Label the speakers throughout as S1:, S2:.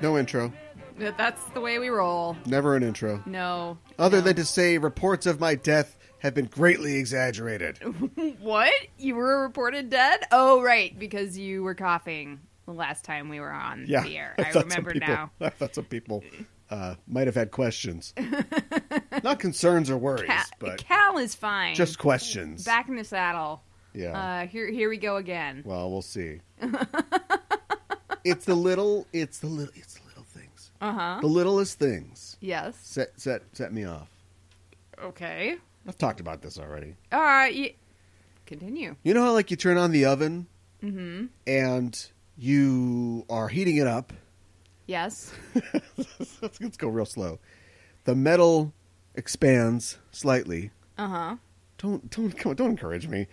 S1: No intro.
S2: That- That's the way we roll.
S1: Never an intro.
S2: No.
S1: Other
S2: No.
S1: than to say reports of my death have been greatly exaggerated.
S2: What? You were reported dead? Oh, right, because you were coughing the last time we were on
S1: Yeah.
S2: the air.
S1: I
S2: I,
S1: thought some
S2: remember
S1: people-
S2: now.
S1: I thought some people uh, might have had questions. Not concerns or worries,
S2: Ca-
S1: but
S2: Cal is fine.
S1: just questions.
S2: back in the saddle.
S1: yeah.
S2: Uh, here, here we go again.
S1: Well, we'll see. it's the little, it's the little, it's the little things.
S2: Uh huh.
S1: The littlest things
S2: Yes.
S1: set set set me off.
S2: Okay.
S1: I've talked about this already.
S2: All right. You... Uh, Continue.
S1: You know how like you turn on the oven
S2: Mm-hmm.
S1: and you are heating it up.
S2: Yes.
S1: let's, let's go real slow. The metal expands slightly.
S2: Uh huh.
S1: Don't don't come on, don't encourage me.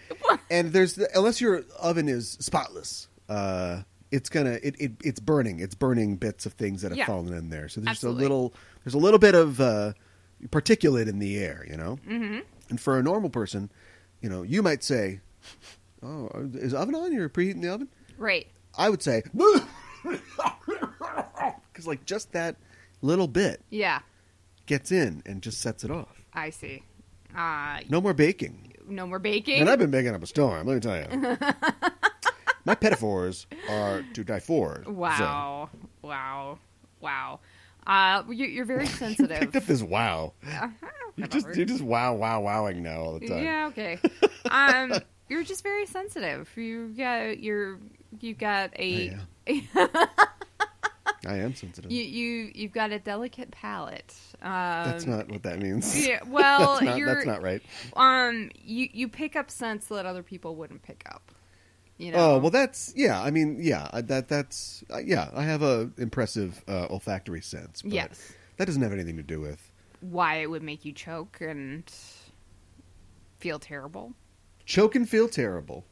S1: And there's the, unless your oven is spotless, uh, it's gonna it, it it's burning. It's burning bits of things that have
S2: Yeah.
S1: fallen in there. So there's
S2: Absolutely.
S1: a little there's a little bit of uh, particulate in the air, you know.
S2: Mm-hmm.
S1: And for a normal person, you know, you might say, "Oh, is the oven on? You're preheating the oven."
S2: Right.
S1: I would say, because like just that little bit
S2: Yeah.
S1: gets in and just sets it off.
S2: I see. Uh,
S1: No more baking.
S2: no more baking.
S1: And I've been baking up a storm, let me tell you. My pedophores are to die for. so-
S2: Wow. Wow. Wow. Uh, you, you're very sensitive.
S1: Picked up this wow.
S2: Uh-huh,
S1: You just
S2: whatever.
S1: you just wow wow wowing now all the time.
S2: yeah, okay. Um, you're just very sensitive. You got you're you've got a
S1: I I am sensitive.
S2: you you you've got a delicate palate. Um,
S1: that's not what that means.
S2: Yeah, well,
S1: that's, not,
S2: you're
S1: that's not right.
S2: um you you pick up scents that other people wouldn't pick up. You know.
S1: Oh well, that's yeah. I mean, yeah. I- That that's uh, yeah. I have a impressive uh, olfactory sense. But
S2: Yes.
S1: That doesn't have anything to do with
S2: Why it would make you choke and feel terrible.
S1: choke and feel terrible.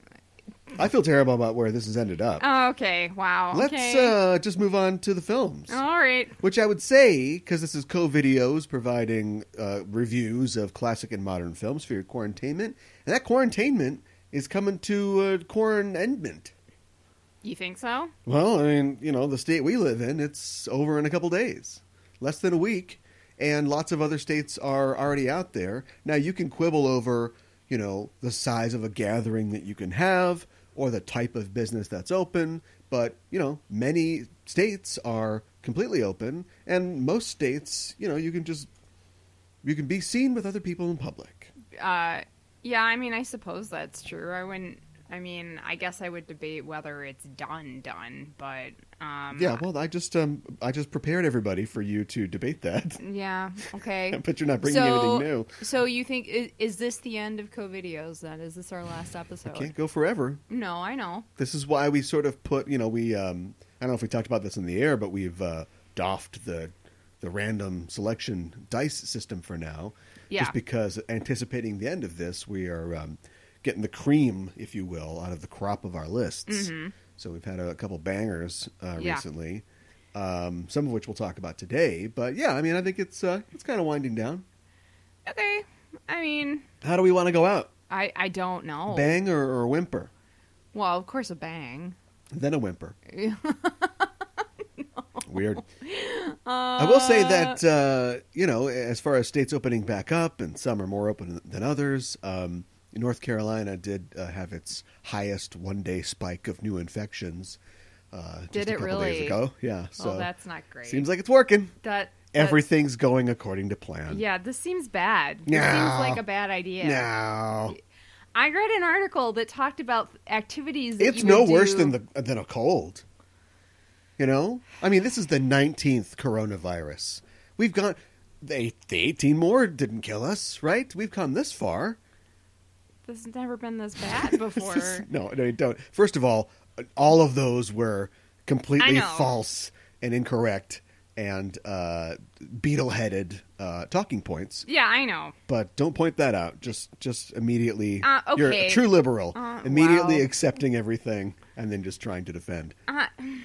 S1: I feel terrible about where this has ended up.
S2: Okay. Wow.
S1: Let's
S2: Oh, okay. Oh.
S1: uh, just move on to the films.
S2: All right.
S1: Which I would say, because this is Co Videos providing uh, reviews of classic and modern films for your quarantainment, and that quarantainment is coming to uh, quarantainement.
S2: You think so?
S1: Well, I mean, you know, the state we live in, it's over in a couple days, less than a week, and lots of other states are already out there. Now you can quibble over, you know, the size of a gathering that you can have or the type of business that's open, but you know, many states are completely open, and most states, you know, you can just you can be seen with other people in public.
S2: uh yeah i mean i suppose that's true i wouldn't i mean i guess i would debate whether it's done done but um
S1: Yeah, well, I just um I just prepared everybody for you to debate that,
S2: yeah okay
S1: but you're not bringing
S2: So-
S1: anything new.
S2: so you think is, is this the end of covidios then is this our last episode
S1: Can't go forever.
S2: no i know
S1: This is why we sort of put, you know, we um, I don't know if we talked about this in the air, but we've uh, doffed the the random selection dice system for now,
S2: Yeah.
S1: just because anticipating the end of this, we are um, getting the cream, if you will, out of the crop of our lists. So we've had a, couple bangers uh,
S2: Mm-hmm. Yeah.
S1: recently, um, some of which we'll talk about today. But yeah, I mean, I think it's uh, it's kind of winding down.
S2: okay i mean
S1: How do we want to go out?
S2: i i don't know
S1: Bang or, or whimper?
S2: well of course a bang
S1: Then a whimper. Weird. I will say that uh, you know, as far as states opening back up, and some are more open than others. Um, North Carolina did uh, have its highest one-day spike of new infections. Uh, just
S2: Did
S1: a
S2: it
S1: couple
S2: really?
S1: Days ago, yeah. So
S2: well that's not great
S1: seems like it's working.
S2: that that-
S1: Everything's going according to plan.
S2: yeah this seems bad This
S1: No.
S2: seems like a bad idea
S1: Now
S2: I read an article that talked about activities. That
S1: it's
S2: you
S1: no
S2: would
S1: worse
S2: do-
S1: than the than a cold. You know, I mean, this is the nineteenth coronavirus. We've gone they the eighteen more didn't kill us, right? We've come this far.
S2: This has never been this bad before.
S1: no, no, you don't. First of all, all of those were completely
S2: I know.
S1: false and incorrect and uh, beetle-headed uh, talking points.
S2: yeah, I know.
S1: But don't point that out. Just, just immediately.
S2: Uh,
S1: You're a
S2: okay.
S1: true liberal.
S2: Uh,
S1: immediately
S2: wow.
S1: accepting everything and then just trying to defend.
S2: Uh,
S1: Want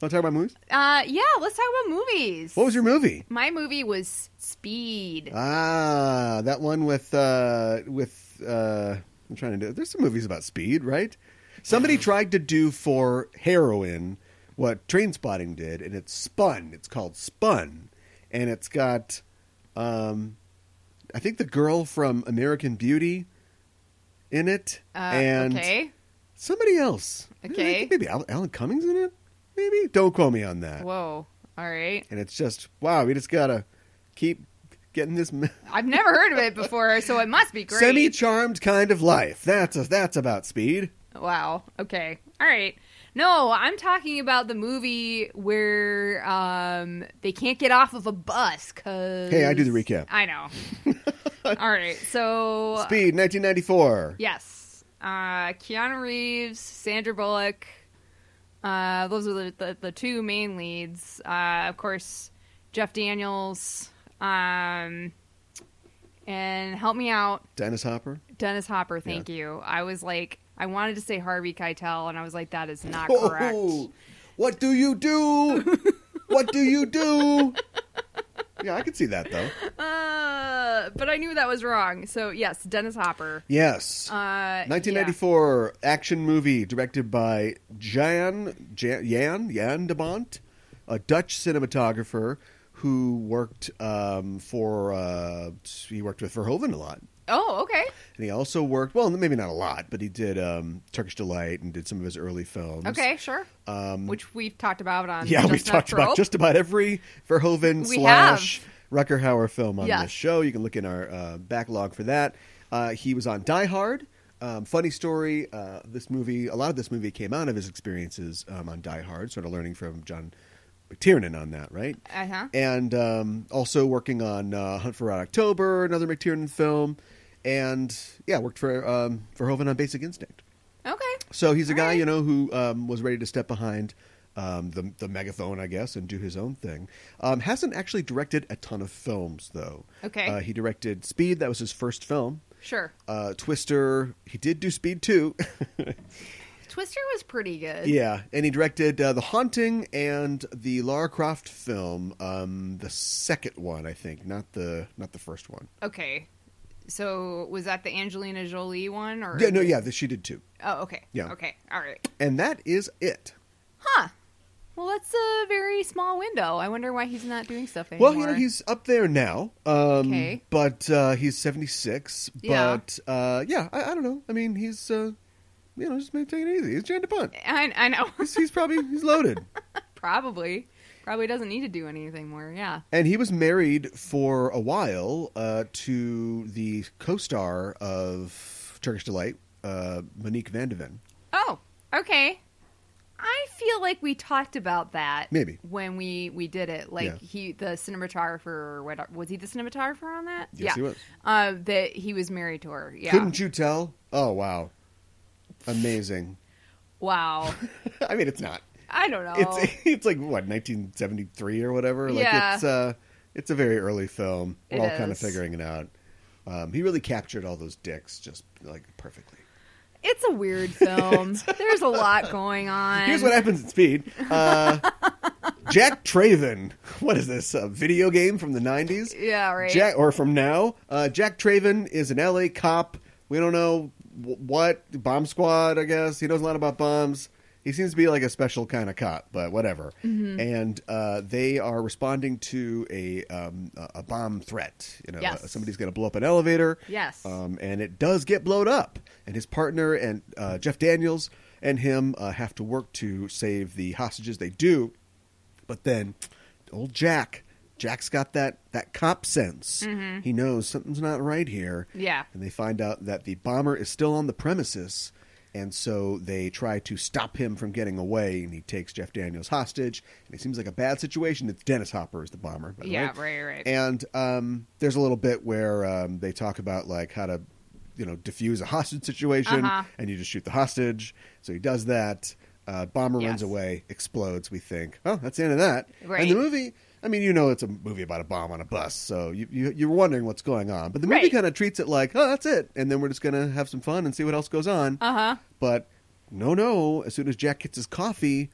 S1: to talk about movies?
S2: uh, yeah, let's talk about movies.
S1: What was your Uh, movie?
S2: My movie was Speed.
S1: Ah, that one with uh with uh I'm trying to do. There's some movies about speed, right? Somebody tried to do for heroin what Train Spotting did, and it's spun. It's called Spun, and it's got, um, I think the girl from American Beauty in it,
S2: Uh,
S1: and
S2: okay.
S1: somebody else. I think
S2: Okay.
S1: maybe Al- Alan Cummings in it. Maybe don't quote me on that.
S2: Whoa. All right.
S1: And it's just wow. We just gotta keep getting this
S2: I've never heard of it before, so it must be great.
S1: semi charmed kind of life. That's a, that's about speed.
S2: Wow. Okay. All right. No, I'm talking about the movie where um, they can't get off of a bus because.
S1: Hey, I do the recap.
S2: I know. All right. So.
S1: Speed, 1994.
S2: Yes. Uh, Keanu Reeves, Sandra Bullock. Uh, those are the, the, the two main leads. Uh, of course, Jeff Daniels. Um, and help me out.
S1: Dennis Hopper.
S2: Dennis Hopper, thank you. I was like, I wanted to say Harvey Keitel, and I was like, that is not
S1: Oh,
S2: correct.
S1: what do you do? what do you do? Yeah, I could see that though.
S2: Uh, but I knew that was wrong. So yes, Dennis Hopper.
S1: Yes.
S2: Uh,
S1: 1994 action movie directed by Jan, Jan Jan Jan de Bont, a Dutch cinematographer who worked um, for uh, he worked with Verhoeven a lot.
S2: Yeah. Oh, okay.
S1: And he also worked, well, maybe not a lot, but he did um, Turkish Delight and did some of his early films.
S2: Okay, sure.
S1: Um,
S2: Which we've talked about on
S1: yeah,
S2: Just
S1: we've
S2: Not
S1: talked about
S2: Pro.
S1: just about every Verhoeven
S2: We
S1: slash
S2: have.
S1: Rucker Hauer film on
S2: Yes.
S1: this show. You can look in our uh, backlog for that. Uh, he was on Die Hard. Um, funny story. Uh, this movie, a lot of this movie came out of his experiences um, on Die Hard, sort of learning from John McTiernan on that, right?
S2: uh-huh.
S1: and um, also working on uh, Hunt for Red October, another McTiernan film, and yeah, worked for um, for Hoven on Basic Instinct.
S2: Okay.
S1: So he's a
S2: All
S1: guy
S2: right.
S1: you know who um, was ready to step behind um, the the megaphone, I guess, and do his own thing. Um, hasn't actually directed a ton of films though.
S2: Okay.
S1: uh, he directed Speed. That was his first film.
S2: Sure.
S1: Uh, Twister. He did do Speed too.
S2: Twister was pretty good.
S1: Yeah, and he directed uh, The Haunting and the Lara Croft film, um, the second one, I think, not the not the first one.
S2: Okay. So was that the Angelina Jolie one or
S1: Yeah, no, yeah, the, she did too.
S2: Oh, okay.
S1: Yeah.
S2: Okay. All right.
S1: And that is it.
S2: Huh. Well, that's a very small window. I wonder why he's not doing stuff anymore.
S1: Well, you know, he's up there now, um,
S2: Okay.
S1: but uh, he's seventy six.
S2: Yeah.
S1: But uh, yeah, I, I don't know. I mean, he's uh, you know just maybe taking it easy. He's Jan DePunt.
S2: I, I know.
S1: He's, he's probably he's loaded.
S2: Probably. Probably doesn't need to do anything more. Yeah.
S1: And he was married for a while uh, to the co-star of Turkish Delight, uh, Monique Vandeven.
S2: Oh, okay. I feel like we talked about that
S1: Maybe.
S2: when we we did it. Like
S1: Yeah.
S2: he, the cinematographer, or what was he the cinematographer on that?
S1: Yes, he was.
S2: Uh, that he was married to her. Yeah.
S1: Couldn't you tell? Oh wow, amazing.
S2: Wow.
S1: I mean, it's not.
S2: I don't know.
S1: It's it's like what 1973 or whatever. Like
S2: Oh. Yeah.
S1: it's uh, it's a very early film. We're
S2: It
S1: all kind of
S2: is.
S1: figuring it out. Um, he really captured all those dicks just like perfectly.
S2: It's a weird film. There's a lot going on.
S1: Here's what happens at speed. Uh, Jack Traven. What is this? A video game from the 90s?
S2: Yeah. Right.
S1: Jack, or from now. Uh, Jack Traven is an LA cop. We don't know wh- what. Bomb squad, I guess. He knows a lot about bombs. He seems to be like a special kind of cop, but whatever.
S2: Mm-hmm.
S1: And uh, they are responding to a um, a- a bomb threat. You know,
S2: Yes.
S1: somebody's going to blow up an elevator.
S2: Yes.
S1: Um, and it does get blown up. And his partner and uh, Jeff Daniels and him uh, have to work to save the hostages. They do. But then old Jack, Jack's got that, that cop sense. He knows something's not right here.
S2: Mm-hmm. Yeah.
S1: And they find out that the bomber is still on the premises. And so they try to stop him from getting away, and he takes Jeff Daniels hostage. And it seems like a bad situation. It's Dennis Hopper is the bomber. By the
S2: Yeah.
S1: way.
S2: Right. Right.
S1: And um, there's a little bit where um, they talk about like how to, you know, defuse a hostage situation,
S2: Uh-huh.
S1: and you just shoot the hostage. So he does that. Uh, bomber
S2: Yes.
S1: runs away, explodes. We think, oh, that's the end of that. And
S2: Right.
S1: the movie, I mean, you know, it's a movie about a bomb on a bus, so you, you you're wondering what's going on. But the movie
S2: Right.
S1: kind of treats it like, oh, that's it, and then we're just gonna have some fun and see what else goes on.
S2: uh huh.
S1: But no, no. As soon as Jack gets his coffee,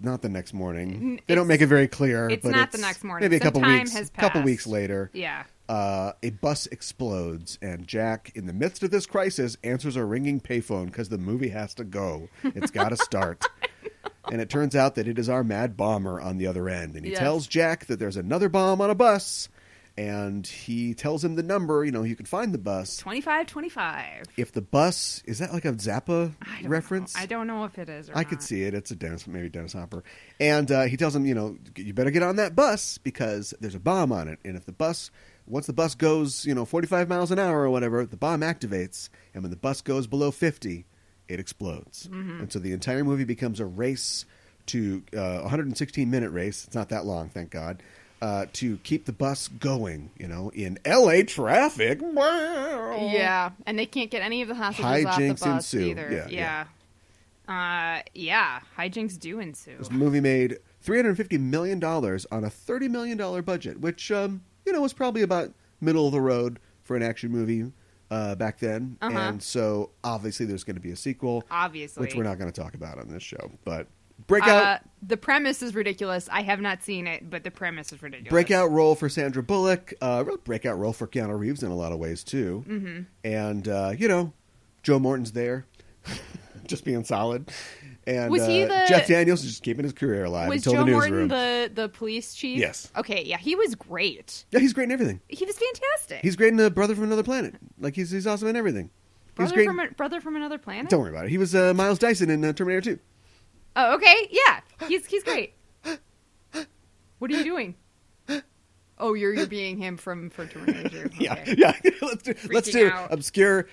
S1: not the next morning. They don't
S2: it's-
S1: make it very clear.
S2: it's
S1: but
S2: not the next morning.
S1: Maybe a
S2: Some
S1: couple
S2: time
S1: weeks.
S2: has
S1: couple
S2: passed.
S1: weeks later,
S2: Yeah.
S1: uh, a bus explodes, and Jack, in the midst of this crisis, answers a ringing payphone because the movie has to go. It's got to start. and it turns out that it is our mad bomber on the other end. And he
S2: Yes.
S1: tells Jack that there's another bomb on a bus, and he tells him the number. You know, you can find the bus.
S2: 25 25.
S1: If the bus is that like a Zappa
S2: I don't
S1: reference?
S2: Know. I don't know if it is or
S1: I could
S2: not.
S1: see it. It's a Dennis, maybe Dennis Hopper. And uh, he tells him, you know, you better get on that bus because there's a bomb on it. And if the bus, once the bus goes, you know, 45 miles an hour or whatever, the bomb activates. And when the bus goes below 50, it explodes.
S2: Mm-hmm.
S1: And so the entire movie becomes a race to uh, 116 minute race. It's not that long, thank God. Uh, to keep the bus going, you know, in LA traffic. Yeah.
S2: Yeah, and they can't get any of the hostages off the
S1: Hijinks
S2: bus
S1: ensue.
S2: either.
S1: Yeah,
S2: yeah. Uh, yeah, hijinks do ensue.
S1: This movie made three hundred fifty million dollars on a thirty million dollar budget, which um, you know was probably about middle of the road for an action movie uh, back then.
S2: Uh-huh.
S1: And so obviously there's going to be a sequel,
S2: Obviously,
S1: which we're not going to talk about on this show. But
S2: Uh,
S1: breakout
S2: the premise is ridiculous. I have not seen it, but the premise is ridiculous.
S1: breakout role for Sandra Bullock, uh, real breakout role for Keanu Reeves in a lot of ways too. Mm-hmm. And uh, you know, Joe Morton's there, just being solid. And
S2: Was he
S1: uh,
S2: the-
S1: Jeff Daniels is just keeping his career alive
S2: Was
S1: until
S2: Joe
S1: the
S2: Morton
S1: newsroom.
S2: the the police chief?
S1: Yes.
S2: Okay. Yeah, he was great.
S1: Yeah, he's great in everything.
S2: He was fantastic.
S1: He's great in the Brother from Another Planet. Like he's he's awesome in everything.
S2: brother
S1: he's great.
S2: from a, brother from another planet.
S1: Don't worry about it. He was uh, Miles Dyson in uh, Terminator Two.
S2: Oh, okay. Yeah, he's he's great. What are you doing? Oh, you're you're being him from from Terminator. Okay.
S1: Yeah, yeah. let's do let's
S2: Freaking
S1: do
S2: out.
S1: obscure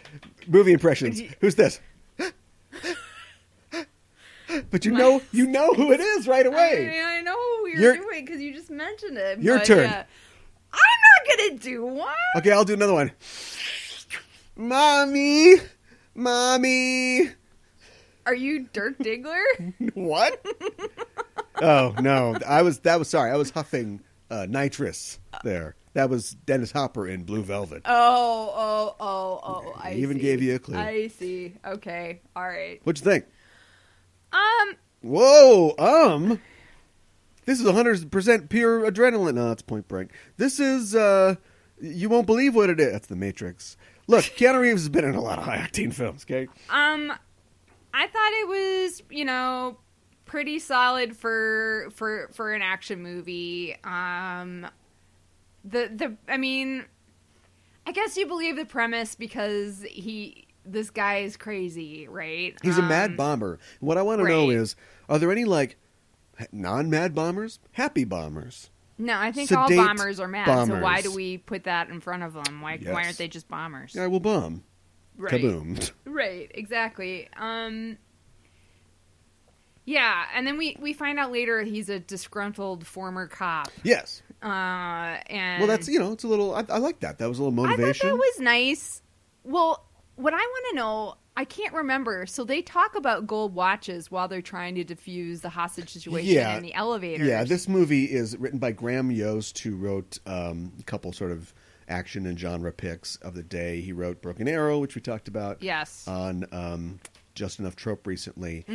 S1: movie impressions.
S2: Y-
S1: Who's this? but you know you know who it is right away.
S2: I, I know what you're,
S1: Your-
S2: doing because you just mentioned it.
S1: Your
S2: but,
S1: turn.
S2: uh, I'm not gonna do one.
S1: Okay, I'll do another one. Mommy, mommy.
S2: Are you Dirk Diggler?
S1: What? oh no, I was that was sorry. I was huffing uh, nitrous there. That was Dennis Hopper in Blue Velvet.
S2: oh, oh, oh, oh! I
S1: I even
S2: see.
S1: gave you a clue.
S2: I see. Okay. All right.
S1: What'd you think?
S2: Um.
S1: Whoa, um. This is 100% pure adrenaline. No, that's point break. This is, uh, you won't believe what it is. That's the Matrix. Look, Keanu Reeves has been in a lot of high octane films, okay?
S2: Um. I thought it was, you know, pretty solid for for for an action movie. Um. The the I mean, I guess you believe the premise because he this guy is crazy, right?
S1: He's a mad
S2: Um,
S1: bomber. What I want to know
S2: right.
S1: is are there any, like, non mad bombers? Happy bombers?
S2: No, I think all
S1: Sedate
S2: bombers are mad. So why
S1: bombers.
S2: do we put that in front of them? Why why
S1: Yes.
S2: aren't they just bombers?
S1: Yeah, I will bomb.
S2: right.
S1: Kaboom.
S2: Right, exactly. Um Yeah, and then we we find out later he's a disgruntled former cop.
S1: Yes.
S2: Uh and
S1: Well, that's, you know, it's a little, I, I like that. That was a little
S2: I thought
S1: motivation.
S2: that was nice. Well, what I want to know, I can't remember. So they talk about gold watches while they're trying to defuse the hostage situation
S1: Yeah.
S2: in the elevator.
S1: Yeah, this movie is written by Graham Yost, who wrote um, a couple sort of action and genre picks of the day. He wrote Broken Arrow, which we talked about
S2: Yes.
S1: on um, Just Enough Trope recently.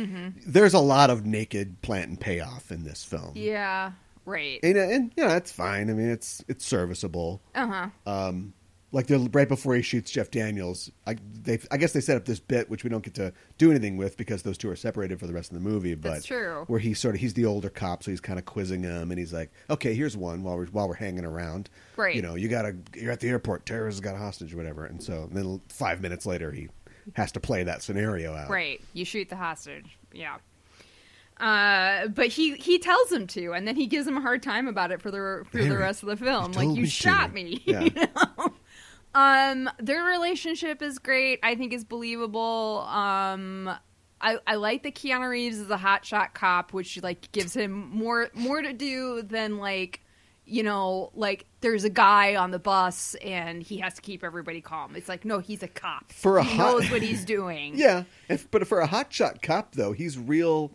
S1: There's a lot of naked plant and payoff in this film.
S2: yeah, right.
S1: And, uh, and yeah, that's fine. I mean, it's it's serviceable.
S2: Uh-huh.
S1: Like the, right before he shoots Jeff Daniels, I, they, I guess they set up this bit which we don't get to do anything with because those two are separated for the rest of the movie. But
S2: That's true.
S1: Where he sort of he's the older cop, so he's kind of quizzing him, and he's like, "Okay, here's one while we're while we're hanging around.
S2: Right.
S1: You know, you gotta you're at the airport. Terrorists got a hostage, or whatever. And so and then five minutes later, he has to play that scenario out.
S2: Right. You shoot the hostage. Yeah. Uh, but he he tells him to, and then he gives him a hard time about it for the for the
S1: Barry,
S2: rest of the film.
S1: you
S2: Like
S1: told
S2: you
S1: me to."
S2: shot me.
S1: Yeah.
S2: You know? Um, their relationship is great. I think is believable. Um, I I like that Keanu Reeves is a hotshot cop, which like gives him more more to do than like. You know, like there's a guy on the bus and he has to keep everybody calm. It's like, no, he's a cop.
S1: For a
S2: he
S1: hot-
S2: knows what he's doing.
S1: Yeah, if, but for a hotshot cop, though, he's real.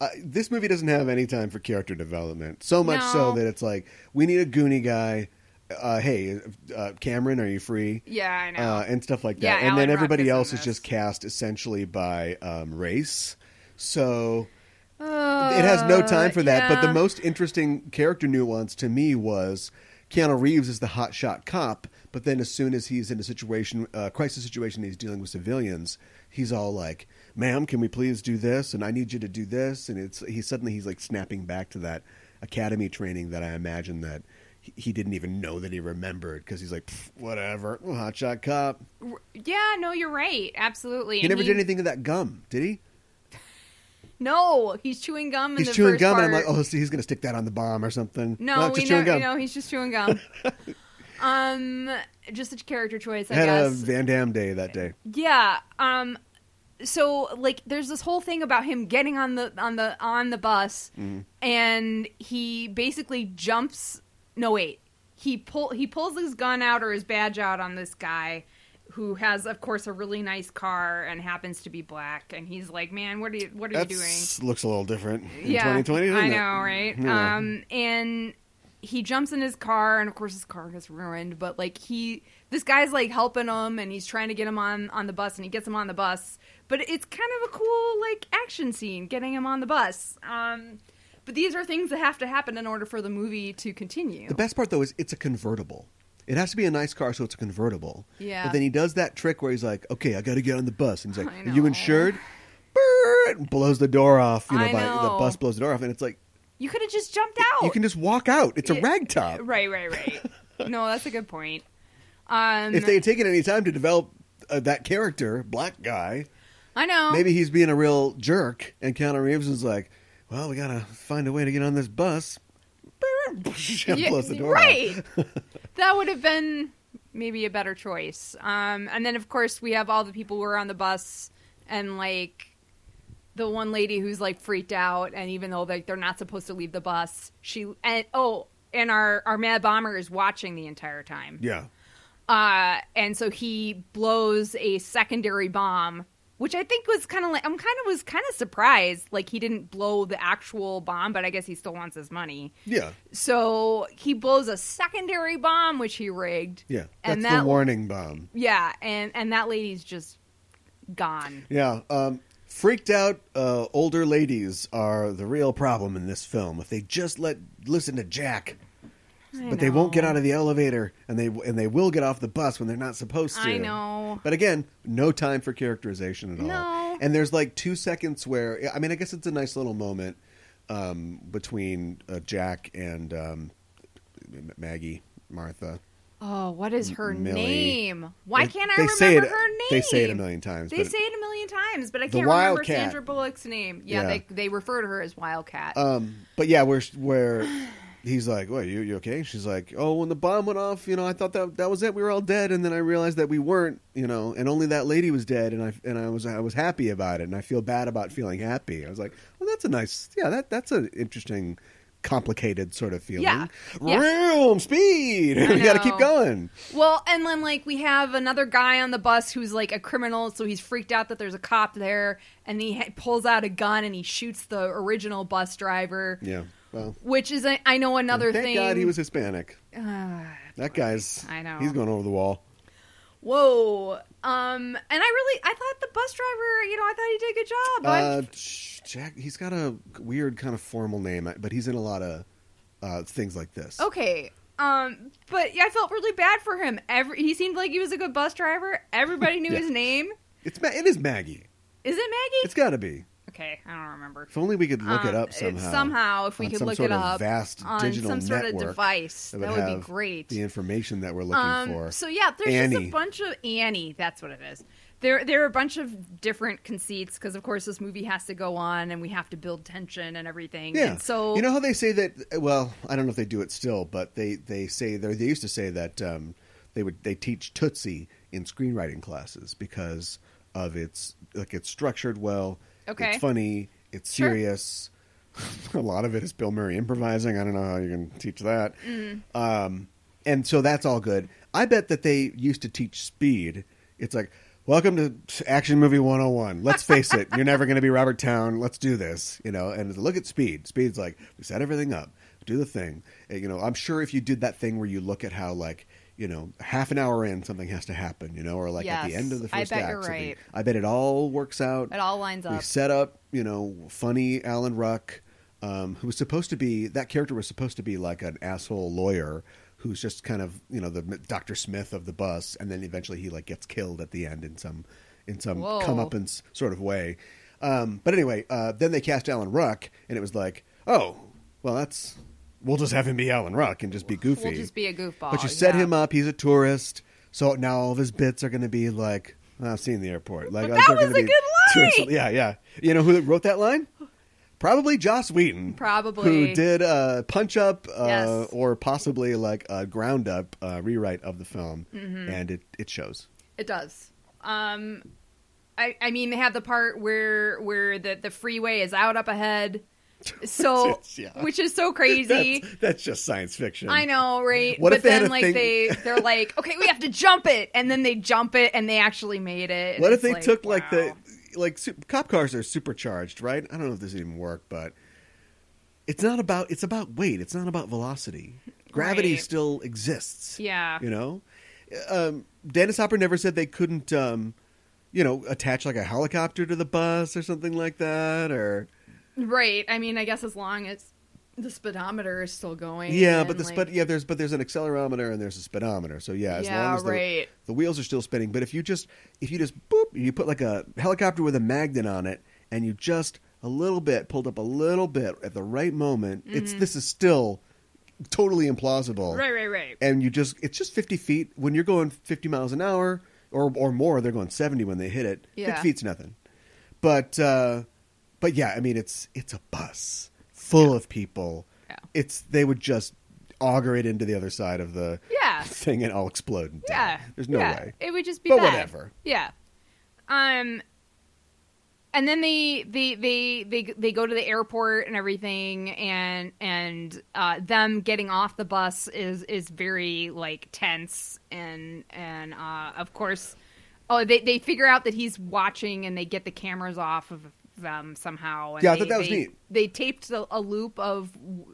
S1: Uh, this movie doesn't have any time for character development. So much so
S2: No.
S1: that it's like we need a Goonie guy. Uh, hey, uh, Cameron, are you free?
S2: Yeah, I know.
S1: Uh, and stuff like that.
S2: Yeah,
S1: and
S2: Alan
S1: then
S2: Ruck
S1: everybody
S2: is in
S1: else is
S2: this.
S1: just cast essentially by um, race. So
S2: Uh,
S1: it has no time for that. But
S2: Oh, yeah.
S1: the most interesting character nuance to me was Keanu Reeves is the hotshot cop, but then as soon as he's in a situation, uh, crisis situation, he's dealing with civilians. He's all like, "Ma'am, can we please do this?" And I need you to do this. And it's he suddenly he's like snapping back to that academy training that I imagine that he- he didn't even know that he remembered because he's like, "Pff, "Whatever, I'm a hotshot cop."
S2: Yeah, no, you're right. Absolutely.
S1: He
S2: And
S1: never
S2: he-
S1: did anything with that gum, did he?
S2: No, he's chewing gum. In
S1: He's
S2: the
S1: chewing
S2: first
S1: gum,
S2: part.
S1: and I'm like, "Oh, see, he's gonna stick that on the bomb or something."
S2: No,
S1: it's
S2: we
S1: just
S2: know,
S1: chewing gum.
S2: you know, he's just chewing gum. um, just a character choice, I
S1: I had a
S2: guess.
S1: Van Damme day that day.
S2: yeah. Um, so like, there's this whole thing about him getting on the on the on the bus, and he basically jumps. No, wait. He pull he pulls his gun out or his badge out on this guy. Who has, of course, a really nice car and happens to be black, and he's like, "Man, what are you? What are you doing?"
S1: That's- looks a little different in 2020. doesn't
S2: I
S1: it?
S2: know, right?
S1: Yeah.
S2: Um, and he jumps in his car, and of course his car gets ruined. But like he, this guy's like helping him, and he's trying to get him on on the bus, and he gets him on the bus. But it's kind of a cool like action scene, getting him on the bus. Um, but these are things that have to happen in order for the movie to continue.
S1: The best part though is it's a convertible. It has to be a nice car, so it's a convertible.
S2: Yeah.
S1: But then he does that trick where he's like, "Okay, I got to get on the bus," and he's like,
S2: I
S1: "Are you
S2: know.
S1: insured?" Brrr, and blows the door off. You know,
S2: I
S1: by, the
S2: know.
S1: bus blows the door off, and it's like
S2: you could have just jumped out.
S1: you can just walk out. It's a
S2: It-
S1: rag top.
S2: right, right, right. no, that's a good point. Um,
S1: If they had taken any time to develop uh, that character, black guy,
S2: I know.
S1: maybe he's being a real jerk, and Keanu Reeves is like, "Well, we gotta find a way to get on this bus." Brrr, and
S2: Yeah,
S1: blows the door off.
S2: right. that would have been maybe a better choice. Um, and then, of course, we have all the people who are on the bus and like the one lady who's like freaked out. And even though like they're not supposed to leave the bus, she and oh, and our our mad bomber is watching the entire time.
S1: Yeah.
S2: Uh, and so he blows a secondary bomb, which I think was kind of like I'm kind of was kind of surprised like he didn't blow the actual bomb, but I guess he still wants his money.
S1: Yeah.
S2: So he blows a secondary bomb, which he rigged.
S1: Yeah, that's
S2: And
S1: the
S2: that-
S1: warning bomb.
S2: Yeah, and and that lady's just gone.
S1: Yeah, um, freaked out uh, older ladies are the real problem in this film. If they just let listen to Jack, but they won't get out of the elevator, and they and they will get off the bus when they're not supposed to.
S2: I know.
S1: But again, no time for characterization at all.
S2: No.
S1: And there's like two seconds where I mean, I guess it's a nice little moment um, between uh, Jack and um, M- Maggie, Martha.
S2: Oh, what is her
S1: Millie.
S2: name? Why
S1: They-
S2: can't I
S1: they
S2: remember
S1: say it-
S2: her name?
S1: They say it a million times.
S2: They
S1: but-
S2: say it a million times, but I
S1: The
S2: can't remember
S1: Wildcat.
S2: Sandra Bullock's name. Yeah,
S1: Yeah.
S2: they they refer to her as Wildcat.
S1: Um, but yeah, where where he's like, "What? You you okay?" She's like, "Oh, when the bomb went off, you know, I thought that that was it. We were all dead, and then I realized that we weren't, you know, and only that lady was dead, and I and I was I was happy about it, and I feel bad about feeling happy. I was like, well, that's a nice, yeah, that that's an interesting." Complicated sort of feeling.
S2: Yeah.
S1: Room speed.
S2: I
S1: we got to keep
S2: know.
S1: going.
S2: Well, and then like we have another guy on the bus who's like a criminal, so he's freaked out that there's a cop there, and he ha- pulls out a gun and he shoots the original bus driver.
S1: Yeah. Well,
S2: Which is, I I know, another
S1: thank
S2: thing.
S1: God he was Hispanic.
S2: Ah,
S1: That guy's.
S2: I know.
S1: He's going over the wall.
S2: whoa. Um, and I really, I thought the bus driver, you know, I thought he did a good job.
S1: Uh,
S2: I-
S1: Ch- Jack, he's got a weird kind of formal name, but he's in a lot of uh, things like this.
S2: okay. Um, but yeah, I felt really bad for him. Every he seemed like he was a good bus driver. Everybody knew
S1: Yeah.
S2: his name.
S1: It's Ma- it is Maggie.
S2: Is it Maggie?
S1: It's got to be.
S2: okay, I don't remember.
S1: If only we could look it
S2: Um,
S1: up somehow.
S2: somehow, if we
S1: on
S2: could
S1: some
S2: look
S1: sort
S2: it
S1: of
S2: up
S1: vast
S2: on
S1: digital
S2: some sort of
S1: network
S2: device,
S1: that
S2: that
S1: would
S2: would,
S1: have
S2: be great.
S1: The information that we're looking
S2: Um,
S1: for.
S2: so yeah, there's just
S1: Annie.
S2: a bunch of Annie. That's what it is. There, there are a bunch of different conceits because, of course, this movie has to go on, and we have to build tension and everything.
S1: Yeah.
S2: And so
S1: you know how they say that? Well, I don't know if they do it still, but they they say they they used to say that um, they would they teach Tootsie in screenwriting classes because of its like it's structured well.
S2: Okay.
S1: It's funny. It's
S2: Sure.
S1: serious. A lot of it is Bill Murray improvising. I don't know how you can teach that.
S2: Mm-hmm.
S1: Um, and so that's all good. I bet that they used to teach speed. It's like, welcome to Action Movie 101. Let's face it, you're never going to be Robert Town. Let's do this, you know. And look at speed. Speed's like, we set everything up, do the thing. Uh, You know, I'm sure if you did that thing where you look at how, like, you know, half an hour in, something has to happen, you know, or like at the
S2: Yes,
S1: end of the
S2: I
S1: first
S2: bet
S1: act.
S2: you're
S1: something-
S2: right.
S1: I bet it all works out.
S2: it all lines
S1: We
S2: up.
S1: set up, you know, funny Alan Ruck, um, who was supposed to be that character was supposed to be like an asshole lawyer who's just kind of you know the Doctor Smith of the bus, and then eventually he like gets killed at the end in some in some
S2: Whoa.
S1: comeuppance sort of way. Um, but anyway, uh, then they cast Alan Ruck, and it was like, oh, well, that's we'll just have him be Alan Ruck and just be goofy.
S2: We'll just be a goofball.
S1: But you set
S2: Oh, yeah.
S1: him up. He's a tourist, so now all of his bits are going to be like oh, I've seen the airport. Like
S2: But
S1: like
S2: that
S1: they're
S2: was
S1: gonna
S2: a
S1: be
S2: good line!
S1: Yeah, yeah. You know who wrote that line? Probably Joss Whedon.
S2: Probably.
S1: who did uh, punch up uh,
S2: Yes.
S1: or possibly like a ground up uh, rewrite of the film,
S2: Mm-hmm.
S1: and it it shows.
S2: It does. Um, I I mean they have the part where where the the freeway is out up ahead, so
S1: Yeah.
S2: which is so crazy.
S1: That's, that's just science fiction.
S2: I know, right?
S1: What
S2: but
S1: if they had
S2: then
S1: a
S2: like
S1: thing-
S2: they they're like, okay, we have to jump it, and then they jump it, and they actually made it. and
S1: What if
S2: it's
S1: they took like the
S2: wow.
S1: like su- cop cars are supercharged, right? I don't know if this even worked, but it's not about it's about weight. It's not about velocity. Gravity
S2: Right.
S1: still exists.
S2: yeah
S1: You know, um, Dennis Hopper never said they couldn't, um, you know, attach like a helicopter to the bus or something like that, or
S2: right? I mean, I guess as long as the speedometer is still going,
S1: yeah,
S2: and,
S1: but the
S2: like,
S1: sped yeah, there's but there's an accelerometer and there's a speedometer. So yeah, as
S2: yeah,
S1: long as the,
S2: right.
S1: the wheels are still spinning. But if you just if you just boop, you put like a helicopter with a magnet on it, and you just a little bit pulled up a little bit at the right moment, it's this is still totally implausible.
S2: Mm-hmm. Right, right, right.
S1: Oh. And you just it's just fifty feet when you're going fifty miles an hour or or more. They're going seventy when they hit it.
S2: Yeah.
S1: Fifty feet's nothing. But uh, but yeah, I mean it's it's a bus full of people.
S2: Yeah.
S1: It's they would just auger it into the other side of the
S2: Yeah.
S1: thing and all explode. and die.
S2: Yeah.
S1: There's no
S2: yeah.
S1: way.
S2: It would just be
S1: But
S2: bad.
S1: whatever.
S2: Yeah. Um and then they they they they they go to the airport and everything and and uh them getting off the bus is is very like tense and and uh of course oh they they figure out that he's watching and they get the cameras off of them somehow and
S1: Yeah, I
S2: they,
S1: thought that was
S2: they-
S1: neat.
S2: they taped the, a loop of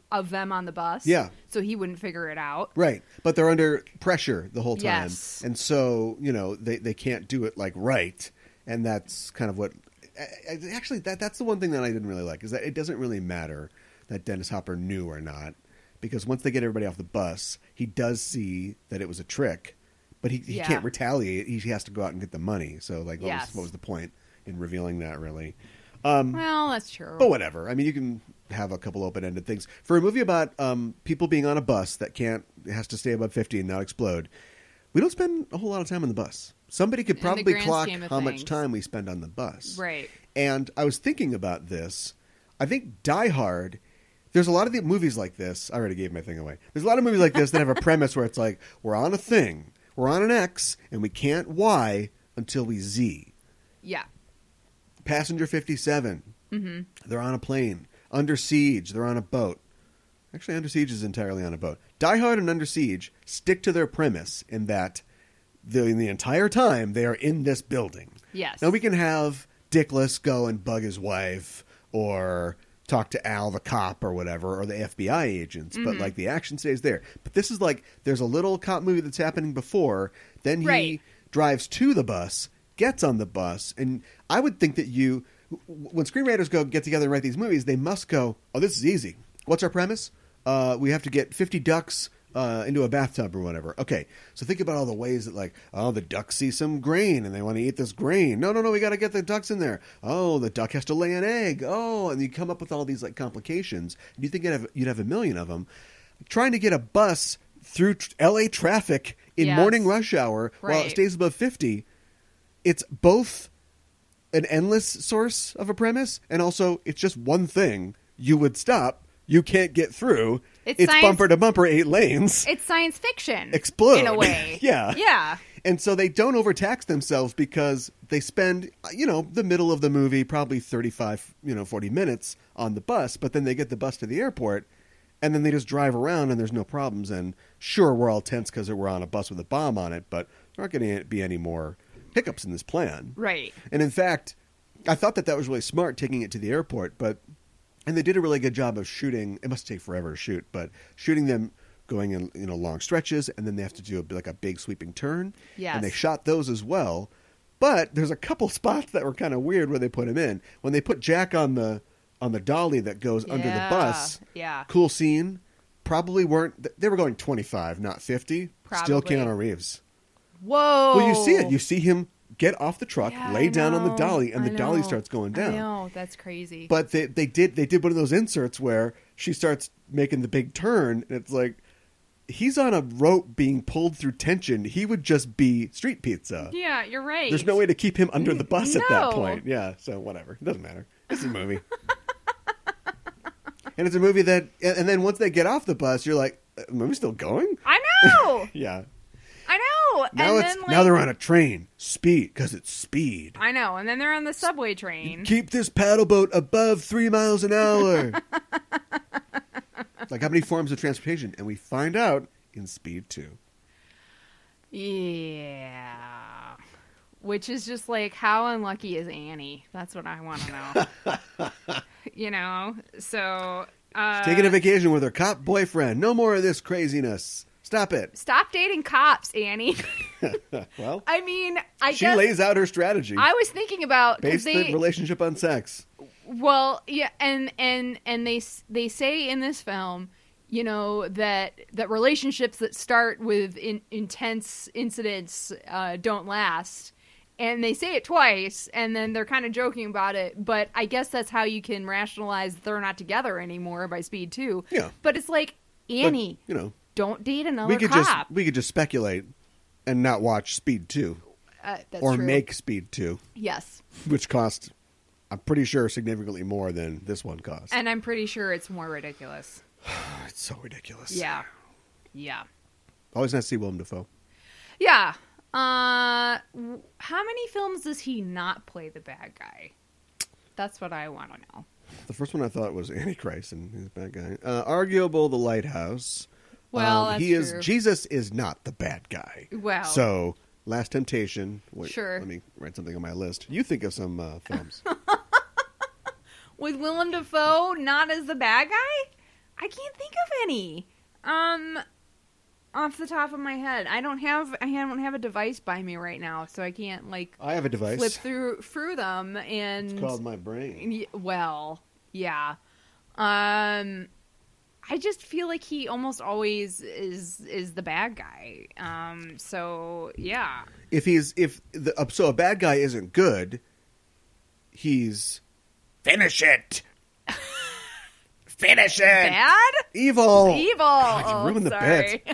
S2: of them on the bus
S1: Yeah.
S2: so he wouldn't figure it out
S1: Right. But they're under pressure the whole time.
S2: Yes.
S1: And so, you know, they, they can't do it like right. And that's kind of what I- I- actually that that's the one thing that I didn't really like is that it doesn't really matter that Dennis Hopper knew or not because once they get everybody off the bus, he does see that it was a trick, but he, he
S2: Yeah.
S1: can't retaliate. He has to go out and get the money. So like what,
S2: Yes.
S1: was, what was the point in revealing that really?
S2: well that's true
S1: But whatever. I mean, you can have a couple open ended things for a movie about um, people being on a bus that can't has to stay above fifty and not explode. We don't spend a whole lot of time on the bus. Somebody could
S2: In the
S1: probably
S2: grand
S1: clock
S2: scheme of
S1: how much
S2: things.
S1: time we spend on the bus.
S2: Right.
S1: And I was thinking about this. I think Die Hard. There's a lot of the movies like this. I already gave my thing away. There's a lot of movies like this that have a premise where it's like we're on a thing, we're on an X, and we can't Y until we Z.
S2: yeah
S1: Passenger 57. Mm-hmm. They're on a plane. Under Siege. They're on a boat. Actually, Under Siege is entirely on a boat. Die Hard and Under Siege stick to their premise in that the, in the entire time they are in this building.
S2: Yes.
S1: Now we can have Dickless go and bug his wife or talk to Al the cop or whatever or the FBI agents,
S2: Mm-hmm.
S1: but like the action stays there. But this is like there's a little cop movie that's happening before, then he
S2: Right.
S1: drives to the bus, gets on the bus, and I would think that you, when screenwriters go get together and write these movies, they must go, oh, this is easy. What's our premise? Uh, we have to get 50 ducks uh, into a bathtub or whatever. Okay, so think about all the ways that, like, oh, the ducks see some grain and they want to eat this grain. No, no, no, we got to get the ducks in there. Oh, the duck has to lay an egg. Oh, and you come up with all these, like, complications. And you think you'd have, you'd have a million of them. Trying to get a bus through tr- LA traffic in
S2: Yes.
S1: morning rush hour while it
S2: Right.
S1: stays above 50 it's both an endless source of a premise and also it's just one thing you would stop you can't get through
S2: It's
S1: it's,
S2: science-
S1: bumper to bumper eight lanes
S2: it's science fiction
S1: Explode.
S2: in a way
S1: Yeah.
S2: yeah
S1: and so they don't overtax themselves because they spend you know the middle of the movie probably 35 you know 40 minutes on the bus but then they get the bus to the airport and then they just drive around and there's no problems and sure we're all tense because we're on a bus with a bomb on it but there aren't going to be any more hiccups in this plan
S2: right
S1: and in fact, I thought that that was really smart taking it to the airport, but and they did a really good job of shooting. It must take forever to shoot, but shooting them going in you know long stretches, and then they have to do a, like a big sweeping turn.
S2: Yes.
S1: and they shot those as well. But there's a couple spots that were kind of weird where they put him in. When they put Jack on the on the dolly that goes under the
S2: Yeah,
S1: bus,
S2: yeah
S1: cool scene. probably weren't. th- They were going 25, not 50. Still
S2: Probably.
S1: Keanu Reeves.
S2: Whoa.
S1: Well, you see it. You see him get off the truck,
S2: Oh. Yeah,
S1: lay
S2: I
S1: down on the
S2: know.
S1: dolly, and
S2: I
S1: the dolly
S2: know.
S1: starts going
S2: I
S1: down.
S2: know. That's crazy.
S1: But they they did they did one of those inserts where she starts making the big turn, and it's like he's on a rope being pulled through tension. He would just be street pizza.
S2: yeah, you're right.
S1: There's no way to keep him under the bus at that
S2: No.
S1: point. Yeah, so whatever. It doesn't matter. It's a movie. and it's a movie that, and and then once they get off the bus, you're like, "Uh, the movie's still going?
S2: I know.
S1: Yeah.
S2: I know.
S1: Now
S2: and
S1: it's
S2: then,
S1: now
S2: like-
S1: they're on a train. Speed, because it's speed.
S2: I know, and then they're on the subway train.
S1: Keep this paddle boat above three miles an hour. like how many forms of transportation? And we find out in Speed Two.
S2: Yeah. Which is just like, how unlucky is Annie? That's what I want to know. you know? So. Uh,
S1: Taking a vacation with her cop boyfriend. No more of this craziness. Stop it.
S2: Stop dating cops, Annie.
S1: Well,
S2: I mean, I
S1: she
S2: guess
S1: lays out her strategy.
S2: I was thinking about 'cause
S1: Base
S2: they
S1: the relationship on sex.
S2: well, yeah, and and and they s- they say in this film, you know that that relationships that start with in, intense incidents uh, don't last, and they say it twice, and then they're kind of joking about it. But I guess that's how you can rationalize that they're not together anymore by Speed Two.
S1: Yeah.
S2: but it's like
S1: But,
S2: Annie,
S1: you know,
S2: don't date another
S1: we could
S2: cop.
S1: just we could just speculate and not watch Speed Two
S2: uh, that's
S1: or
S2: true.
S1: make Speed Two,
S2: yes,
S1: which cost I'm pretty sure significantly more than this one cost.
S2: and I'm pretty sure it's more ridiculous.
S1: it's so ridiculous.
S2: Yeah, yeah.
S1: Always nice to see Willem Dafoe.
S2: Yeah. Uh, w- how many films does he not play the bad guy? That's what I want to know.
S1: The first one I thought was Antichrist and he's a bad guy. Uh, arguable, The Lighthouse.
S2: Well,
S1: Um,
S2: that's
S1: he is
S2: true.
S1: Jesus is not the bad guy.
S2: Well.
S1: so Last Temptation. Wait,
S2: Sure.
S1: Let me write something on my list. You think of some uh, films.
S2: With Willem Dafoe not as the bad guy, I can't think of any. Um, off the top of my head, I don't have I don't have a device by me right now, so I can't like
S1: I have a device.
S2: flip through through them and
S1: It's called my brain.
S2: Y- well, yeah. Um I just feel like he almost always is is the bad guy. Um so yeah.
S1: If he's if the, uh, so, a bad guy isn't good. He's finish it, finish it,
S2: Bad?
S1: evil,
S2: Evil.
S1: oh, you
S2: oh,
S1: ruined the
S2: sorry.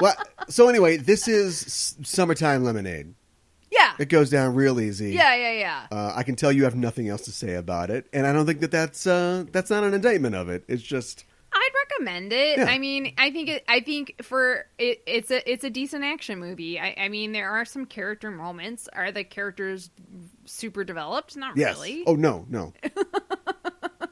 S1: Well, so anyway, this is s- summertime lemonade.
S2: yeah.
S1: It goes down real easy.
S2: Yeah, yeah, yeah.
S1: Uh, I can tell you have nothing else to say about it, and I don't think that that's uh, that's not an indictment of it. It's just
S2: I'd recommend it.
S1: Yeah.
S2: I mean, I think it, I think for it, it's a it's a decent action movie. I, I mean, there are some character moments. Are the characters super developed? Not
S1: yes.
S2: really.
S1: Oh no, no.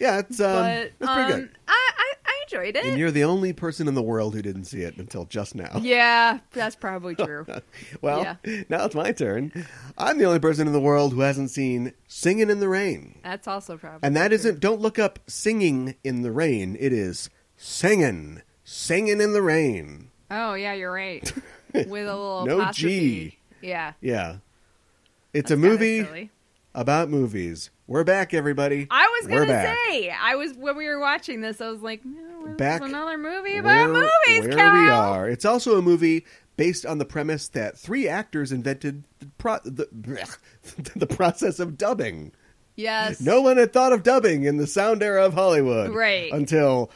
S1: yeah, it's um,
S2: but
S1: it's pretty
S2: um,
S1: good.
S2: I, I I enjoyed it.
S1: And you're the only person in the world who didn't see it until just now.
S2: Yeah, that's probably true.
S1: Well, now it's my turn. I'm the only person in the world who hasn't seen Singing in the Rain.
S2: That's also probably
S1: And that
S2: true.
S1: isn't, don't look up Singing in the Rain. It is Singing. Singing in the Rain.
S2: Oh yeah, you're right. With a little
S1: No
S2: apostrophe.
S1: G.
S2: Yeah,
S1: Yeah. It's a
S2: That's kinda
S1: movie
S2: silly.
S1: about movies. We're back, everybody.
S2: I was
S1: We're
S2: gonna
S1: back.
S2: say I was when we were watching this. I was like, no, this
S1: Back
S2: is another movie about
S1: where-
S2: movies,
S1: where
S2: Kyle.
S1: we are. It's also a movie based on the premise that three actors invented the, pro- the, the process of dubbing.
S2: Yes.
S1: No one had thought of dubbing in the sound era of Hollywood.
S2: Right.
S1: Until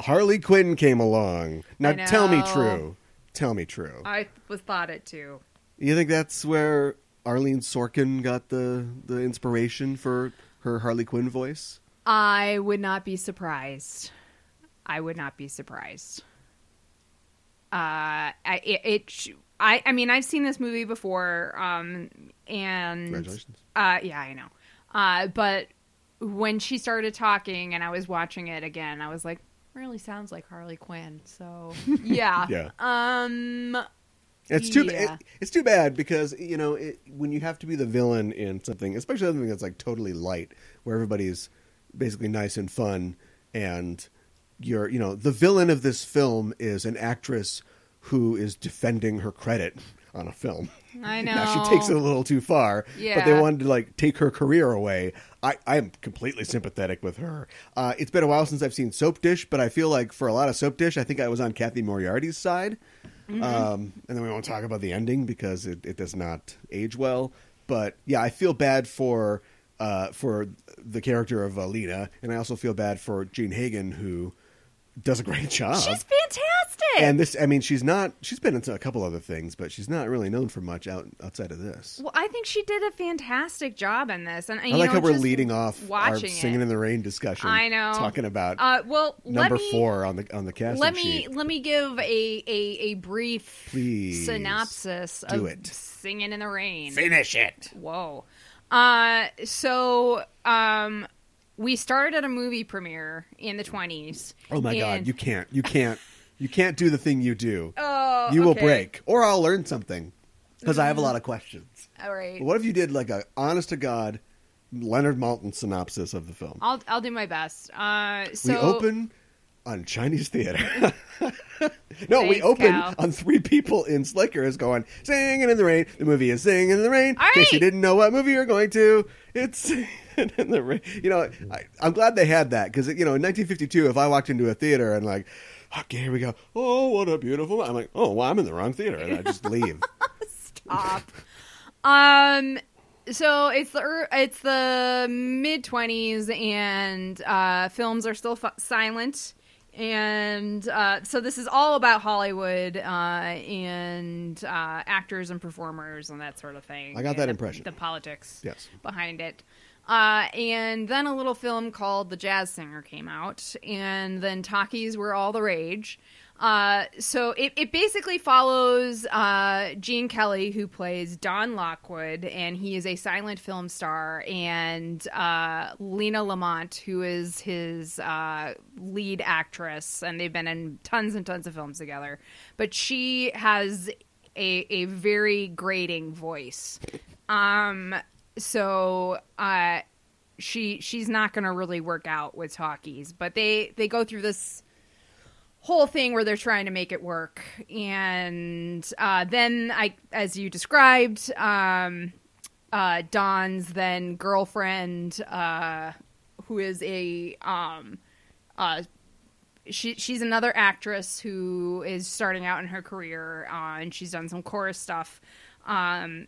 S1: Harley Quinn came along. Now
S2: I
S1: tell me
S2: know.
S1: true. Tell me true.
S2: I was thought it too.
S1: you think that's where Arlene Sorkin got the, the inspiration for her Harley Quinn voice?
S2: I would not be surprised. I would not be surprised. Uh, I it, it sh- I I mean I've seen this movie before. Um, and
S1: Congratulations.
S2: Uh, yeah, I know. Uh, but when she started talking and I was watching it again, I was like, really sounds like Harley Quinn. So yeah,
S1: Yeah.
S2: Um,
S1: It's too
S2: Yeah.
S1: it, it's too bad because you know it, when you have to be the villain in something, especially something that's like totally light, where everybody's basically nice and fun, and you're you know the villain of this film is an actress who is defending her credit on a film.
S2: I know.
S1: Now she takes it a little too far, but they
S2: Yeah.
S1: wanted to like take her career away. I I am completely sympathetic with her. Uh, it's been a while since I've seen Soap Dish, but I feel like for a lot of Soap Dish, I think I was on Kathy Moriarty's side.
S2: Mm-hmm.
S1: Um, and then we won't talk about the ending because it, it does not age well. But yeah, I feel bad for uh, for the character of uh, Lena, and I also feel bad for Gene Hagen who does a great job.
S2: She's fantastic.
S1: and this, I mean, she's not. She's been into a couple other things, but she's not really known for much out outside of this.
S2: well, I think she did a fantastic job in this. And, and,
S1: I
S2: you
S1: like how
S2: know,
S1: we're
S2: just
S1: leading off our
S2: watching
S1: singing
S2: it.
S1: in the rain discussion.
S2: I know.
S1: talking about
S2: Uh, well,
S1: number
S2: let me,
S1: four on the on the casting
S2: Let me
S1: sheet.
S2: let me give a a, a brief
S1: Please
S2: synopsis
S1: do
S2: of
S1: it.
S2: Singing in the Rain.
S1: Finish it.
S2: Whoa. Uh, so um, we started at a movie premiere in the twenties.
S1: Oh my god, you can't, you can't, you can't do the thing you do.
S2: Oh,
S1: you will
S2: okay. Mm-hmm.
S1: break, or I'll learn something because I have a lot of questions.
S2: All right.
S1: What if you did like a honest to god Leonard Maltin synopsis of the film?
S2: I'll I'll do my best. Uh, so
S1: we open on Chinese theater. no, we
S2: Thanks,
S1: open
S2: Cal.
S1: on three people in Slickers going singing in the rain. The movie is singing in the rain.
S2: All
S1: in case you
S2: right.
S1: didn't know what movie you're going to, it's singing in the rain. You know, I, I'm glad they had that because you know in 1952, if I walked into a theater and like, okay, here we go. Oh, what a beautiful! I'm like, oh, well, I'm in the wrong theater, and I just leave.
S2: Stop. um. So it's the ear- it's the mid twenties, and uh, films are still f- silent, and uh, so this is all about Hollywood uh, and uh, actors and performers and that sort of thing.
S1: I got
S2: and
S1: that
S2: the-
S1: impression.
S2: The politics
S1: yes.
S2: behind it. Uh, and then a little film called The Jazz Singer came out, and then talkies were all the rage. Uh, so it, it basically follows uh, Gene Kelly, who plays Don Lockwood, and he is a silent film star, and uh, Lena Lamont, who is his uh, lead actress, and they've been in tons and tons of films together. But she has a, a very grating voice so uh she she's not gonna really work out with talkies but they they go through this whole thing where they're trying to make it work and uh then i as you described um uh don's then girlfriend uh who is a um uh she she's another actress who is starting out in her career uh, and she's done some chorus stuff um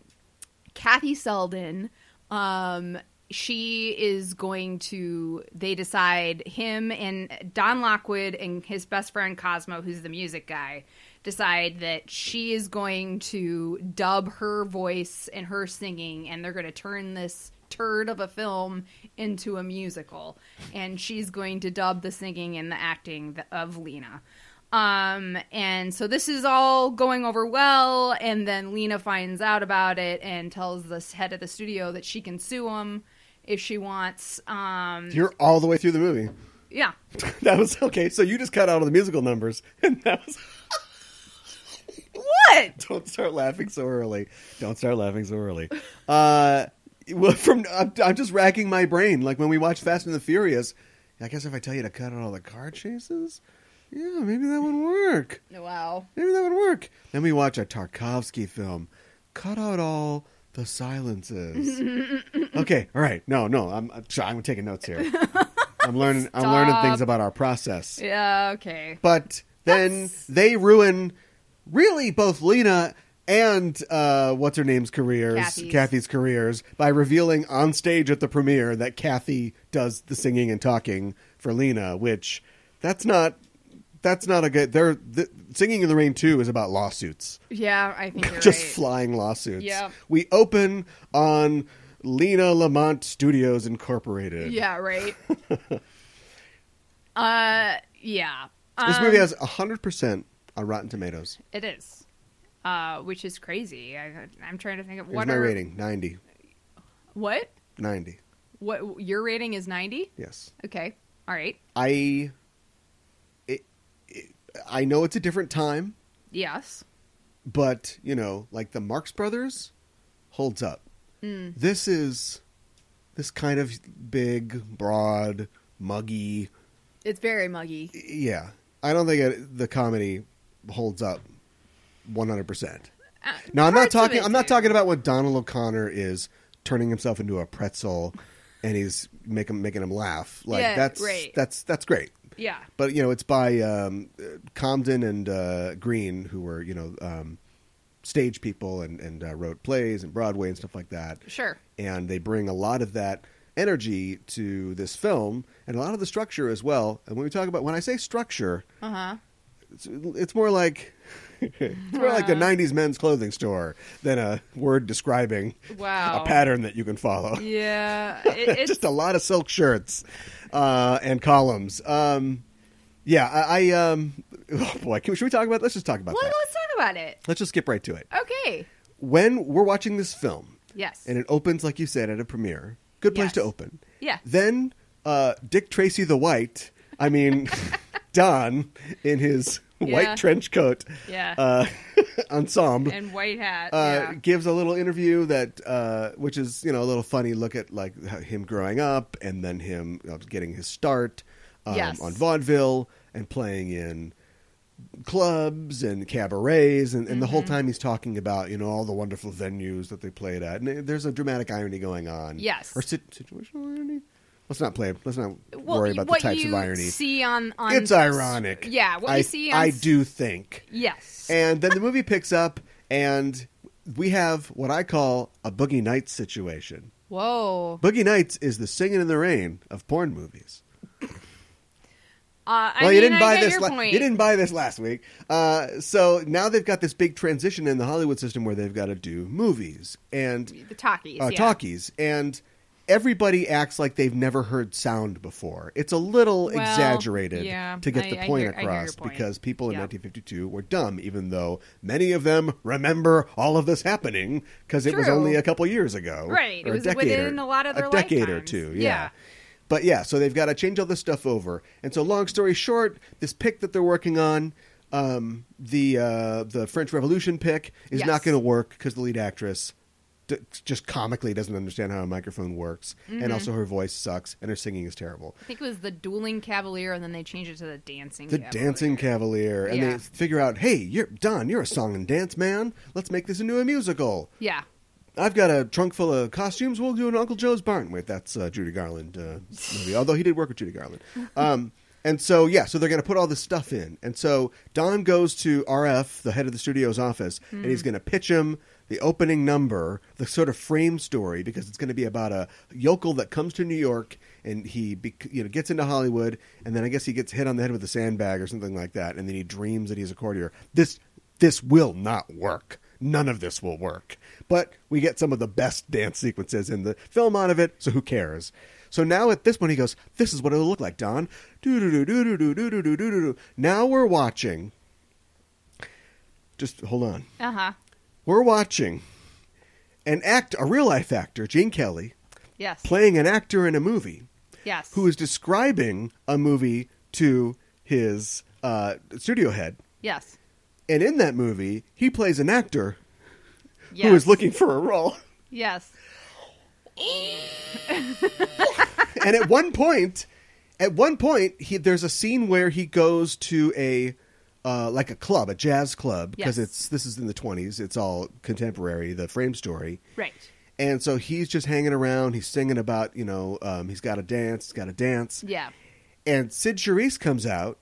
S2: Kathy Selden, um, she is going to. They decide him and Don Lockwood and his best friend Cosmo, who's the music guy, decide that she is going to dub her voice and her singing, and they're going to turn this turd of a film into a musical, and she's going to dub the singing and the acting th- of Lena. Um, and so this is all going over well, and then Lena finds out about it and tells this head of the studio that she can sue him if she wants. Um,
S1: You're all the way through the movie.
S2: yeah.
S1: That was okay. So you just cut out all the musical numbers, and that was.
S2: What?
S1: Don't start laughing so early. Don't start laughing so early. Uh, well, from I'm, I'm just racking my brain. Like when we watched Fast and the Furious, I guess if I tell you to cut out all the car chases, yeah, maybe that would work.
S2: Wow.
S1: Maybe that would work. Then we watch a Tarkovsky film. Cut out all the silences. okay, all right. No, no. I'm I'm taking notes here. I'm learning. I'm learning
S2: Stop.
S1: things about our process.
S2: Yeah. Okay.
S1: But then
S2: That's-
S1: they ruin really both Lena and uh, what's her name's careers,
S2: Kathy's.
S1: careers, by revealing on stage at the premiere that Kathy does the singing and talking for Lena, which that's not that's not a good. They're the, singing in the rain too is about lawsuits,
S2: Yeah, I think you're
S1: just
S2: right.
S1: flying lawsuits.
S2: Yeah.
S1: We open on Lena Lamont Studios Incorporated.
S2: Yeah. Right. uh. Yeah.
S1: this
S2: Um,
S1: movie has hundred percent on Rotten Tomatoes.
S2: It is. Uh, which is crazy. I, I'm trying to think of
S1: Here's
S2: what
S1: my
S2: are,
S1: rating? 90.
S2: What?
S1: 90.
S2: What? Your rating is 90.
S1: Yes.
S2: Okay. All right.
S1: I it, it, I know it's a different time,
S2: Yes.
S1: but you know, like the Marx Brothers holds up.
S2: Hmm.
S1: This is this kind of big, broad, muggy.
S2: It's very muggy.
S1: Yeah. I don't think it, the comedy holds up 100%. Now I'm not
S2: Uh, parts of
S1: talking.
S2: it
S1: I'm not
S2: do.
S1: talking about when Donald O'Connor is turning himself into a pretzel, and he's make him, making him laugh. Like
S2: Yeah,
S1: that's
S2: right.
S1: that's that's great.
S2: Yeah.
S1: But you know, it's by um, uh, Comden and uh, Green, who were you know um, stage people and and uh, wrote plays and Broadway and stuff like that.
S2: Sure.
S1: And they bring a lot of that energy to this film and a lot of the structure as well. And when we talk about when I say structure,
S2: Uh huh.
S1: it's, it's more like it's more like the '90s men's clothing store than a word describing
S2: Wow.
S1: a pattern that you can follow.
S2: Yeah. It, it's
S1: Just a lot of silk shirts uh, and columns. Um, yeah, I, I um, oh boy, can, should we talk about? Let's just talk about
S2: Well,
S1: that.
S2: let's talk about it.
S1: Let's just skip right to it.
S2: Okay.
S1: When we're watching this film
S2: Yes.
S1: and it opens, like you said, at a premiere, good place
S2: Yes.
S1: to open.
S2: yeah.
S1: Then uh, Dick Tracy the White, I mean Don, in his
S2: Yeah.
S1: white trench coat
S2: yeah.
S1: uh, ensemble,
S2: and white hat.
S1: uh,
S2: yeah.
S1: gives a little interview that, uh, which is you know a little funny look at like h- him growing up and then him uh, getting his start um,
S2: Yes.
S1: on vaudeville and playing in clubs and cabarets and, and the
S2: Mm-hmm.
S1: whole time he's talking about you know all the wonderful venues that they played at and there's a dramatic irony going on
S2: Yes.
S1: or sit- situational irony let's not play let's not
S2: Well,
S1: worry about the
S2: what
S1: types
S2: you
S1: of irony
S2: see on, on
S1: it's ironic
S2: Yeah, what
S1: I,
S2: you see on
S1: i do think
S2: Yes.
S1: and then the movie picks up, and we have what I call a Boogie Nights situation.
S2: Whoa.
S1: Boogie Nights is the singing in the rain of porn movies.
S2: Uh, I
S1: well,
S2: mean,
S1: you didn't
S2: I
S1: buy
S2: get
S1: this.
S2: your
S1: la-
S2: point.
S1: you didn't buy this last week. Uh, so now they've got this big transition in the Hollywood system where they've got to do movies and
S2: the talkies.
S1: uh,
S2: yeah.
S1: talkies, and everybody acts like they've never heard sound before. It's a little
S2: Well,
S1: exaggerated
S2: yeah,
S1: to get
S2: I-
S1: the
S2: I
S1: point
S2: hear- I hear your
S1: across
S2: point.
S1: because people in
S2: Yeah.
S1: 1952 were dumb, even though many of them remember all of this happening because it was
S2: True.
S1: only a couple years ago,
S2: Right, it
S1: or
S2: was
S1: a decade
S2: within
S1: or,
S2: a lot of their
S1: decade or
S2: lifetimes.
S1: two,
S2: Yeah.
S1: But yeah, so they've got to change all this stuff over. And so, long story short, this pick that they're working on, um, the uh, the French Revolution pick, is not
S2: Yes.
S1: going to work because the lead actress d- just comically doesn't understand how a microphone works, and also
S2: Mm-hmm.
S1: her voice sucks, and her singing is terrible.
S2: I think it was the dueling cavalier, and then they changed it to the dancing.
S1: The
S2: cavalier.
S1: dancing cavalier, and
S2: Yeah.
S1: they figure out, hey, you're Don, you're a song and dance man. Let's make this into a musical.
S2: Yeah.
S1: I've got a trunk full of costumes. We'll do an Uncle Joe's Barn. Wait, that's uh, Judy Garland uh, movie. Although he did work with Judy Garland. Um, and so yeah, so they're going to put all this stuff in. And so Don goes to RF, the head of the studio's office, and he's going to pitch him the opening number, the sort of frame story, because it's going to be about a yokel that comes to New York and he bec- you know gets into Hollywood, and then I guess he gets hit on the head with a sandbag or something like that, and then he dreams that he's a courtier. This this will not work. None of this will work. But we get some of the best dance sequences in the film out of it, so who cares? So now at this one, he goes, This is what it'll look like, Don. Do, do, do, do, do, do, do, do, do, do. Now we're watching. Just hold on.
S2: Uh huh.
S1: We're watching an act, a real life actor, Gene Kelly,
S2: Yes.
S1: playing an actor in a movie
S2: yes.
S1: who is describing a movie to his uh, studio head.
S2: Yes.
S1: And in that movie, he plays an actor
S2: Yes.
S1: who is looking for a role.
S2: Yes.
S1: and at one point, at one point, he, there's a scene where he goes to a uh, like a club, a jazz club, because
S2: Yes.
S1: it's this is in the 20s. It's all contemporary. The frame story.
S2: Right.
S1: And so he's just hanging around. He's singing about, you know, um, he's got to dance, he's got to dance.
S2: Yeah.
S1: And Sid Charisse comes out,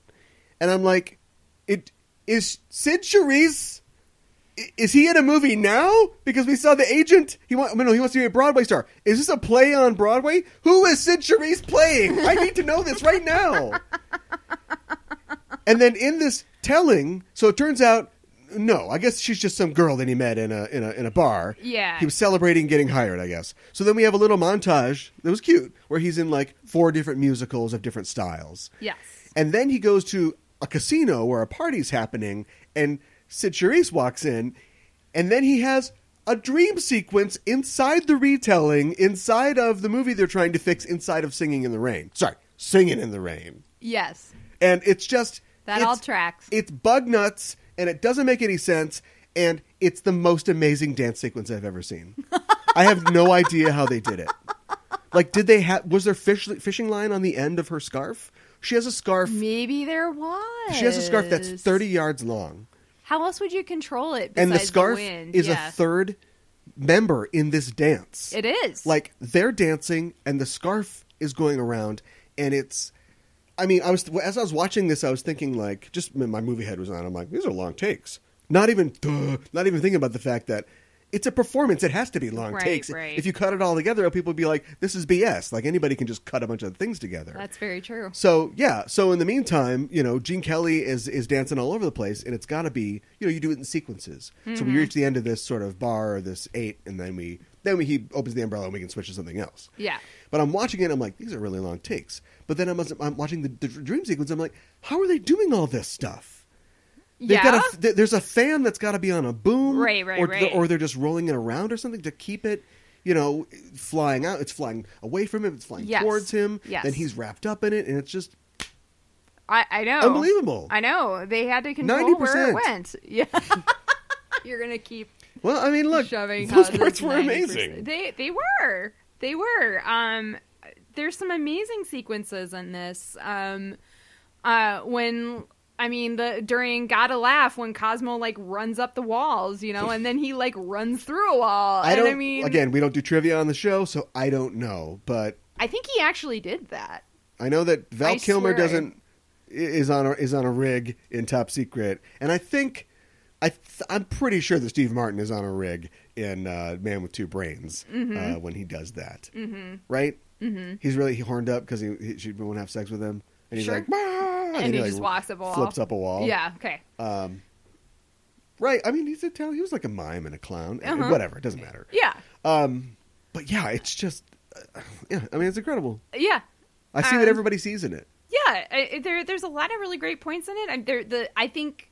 S1: and I'm like, it is Sid Charisse. i- Is he in a movie now? Because we saw the agent. He want, no, he wants to be a Broadway star. Is this a play on Broadway? Who is Sid Charisse playing? I need to know this right now. and then in this telling, so it turns out, no, I guess she's just some girl that he met in a in a in a bar.
S2: Yeah.
S1: he was celebrating getting hired, I guess. So then we have a little montage that was cute, where he's in like four different musicals of different styles.
S2: Yes.
S1: And then he goes to a casino where a party's happening, and Sid Charisse walks in, and then he has a dream sequence inside the retelling, inside of the movie they're trying to fix, inside of Singing in the Rain. Sorry, Singing in the Rain.
S2: Yes.
S1: And it's just.
S2: That
S1: it's-
S2: all tracks.
S1: It's bug nuts, and it doesn't make any sense, and it's the most amazing dance sequence I've ever seen. I have no idea how they did it. Like, did they have. Was there fish, fishing line on the end of her scarf? She has a scarf
S2: Maybe there was.
S1: she has a scarf that's 30 yards long.
S2: How else would you control it?
S1: and
S2: Besides
S1: the scarf
S2: wind?
S1: is
S2: Yeah.
S1: a third member in this dance.
S2: It is
S1: like they're dancing and the scarf is going around and it's i mean i was as i was watching this i was thinking like just when my movie head was on i'm like these are long takes not even duh, not even thinking about the fact that it's a performance it has to be long
S2: Right,
S1: takes
S2: right.
S1: if you cut it all together people would be like this is bs like anybody can just cut a bunch of things together
S2: that's very true.
S1: so yeah, so in the meantime, you know, Gene Kelly is is dancing all over the place, and it's got to be you know you do it in sequences. So
S2: Mm-hmm.
S1: we reach the end of this sort of bar, or this eight, and then we then we, he opens the umbrella and we can switch to something else.
S2: Yeah.
S1: But I'm watching it, I'm like, these are really long takes. But then I'm I'm watching the, the dream sequence, I'm like, how are they doing all this stuff? They've
S2: yeah.
S1: got a, th- there's a fan that's got to be on a boom,
S2: Right, right,
S1: or,
S2: right.
S1: or they're just rolling it around or something to keep it, you know, flying out. It's flying away from him. It's flying
S2: Yes.
S1: towards him.
S2: Yes.
S1: Then he's wrapped up in it, and it's just
S2: I, I know.
S1: unbelievable.
S2: Oh. I know. They had to control where
S1: 90%.
S2: it went. Yeah. You're gonna keep
S1: well, I mean, look,
S2: shoving.
S1: those
S2: houses
S1: parts were
S2: 90%.
S1: amazing.
S2: They they were. They were. Um there's some amazing sequences in this. Um uh when I mean the during Gotta Laugh when Cosmo like runs up the walls, you know, and then he like runs through a wall.
S1: I
S2: and
S1: don't.
S2: I mean
S1: again, we don't do trivia on the show, so I don't know. But
S2: I think he actually did that.
S1: I know that Val
S2: I
S1: Kilmer
S2: swear I-
S1: doesn't i- is on a, is on a rig in Top Secret, and I think I th- I'm pretty sure that Steve Martin is on a rig in uh, Man with Two Brains
S2: Mm-hmm.
S1: uh, when he does that. Mm-hmm. Right? Mm-hmm. He's really he horned up because he, he she won't have sex with him, and he's
S2: Sure.
S1: like, "Ah!" and,
S2: And he
S1: like,
S2: just walks up a wall.
S1: flips up a wall.
S2: Yeah, okay.
S1: Um, right. I mean, he's Italian. He was like a mime and a clown.
S2: Uh-huh.
S1: Whatever. It doesn't matter.
S2: Yeah.
S1: Um, but yeah, it's just, uh, yeah. I mean, it's incredible.
S2: Yeah.
S1: I see what
S2: Um,
S1: everybody sees in it.
S2: Yeah, I, I- there there's a lot of really great points in it. I, there, the I think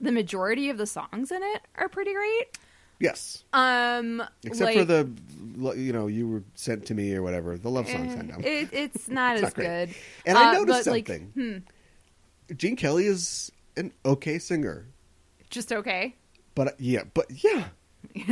S2: the majority of the songs in it are pretty great.
S1: Yes,
S2: Um,
S1: except for
S2: like,
S1: the, lo- you know, you were sent to me or whatever the love song.
S2: eh,
S1: sent out.
S2: it, it's not
S1: It's
S2: as
S1: not great.
S2: good.
S1: And I
S2: Uh,
S1: noticed
S2: but, like,
S1: something.
S2: hmm,
S1: Gene Kelly is an okay singer,
S2: just okay.
S1: but uh, yeah, but yeah,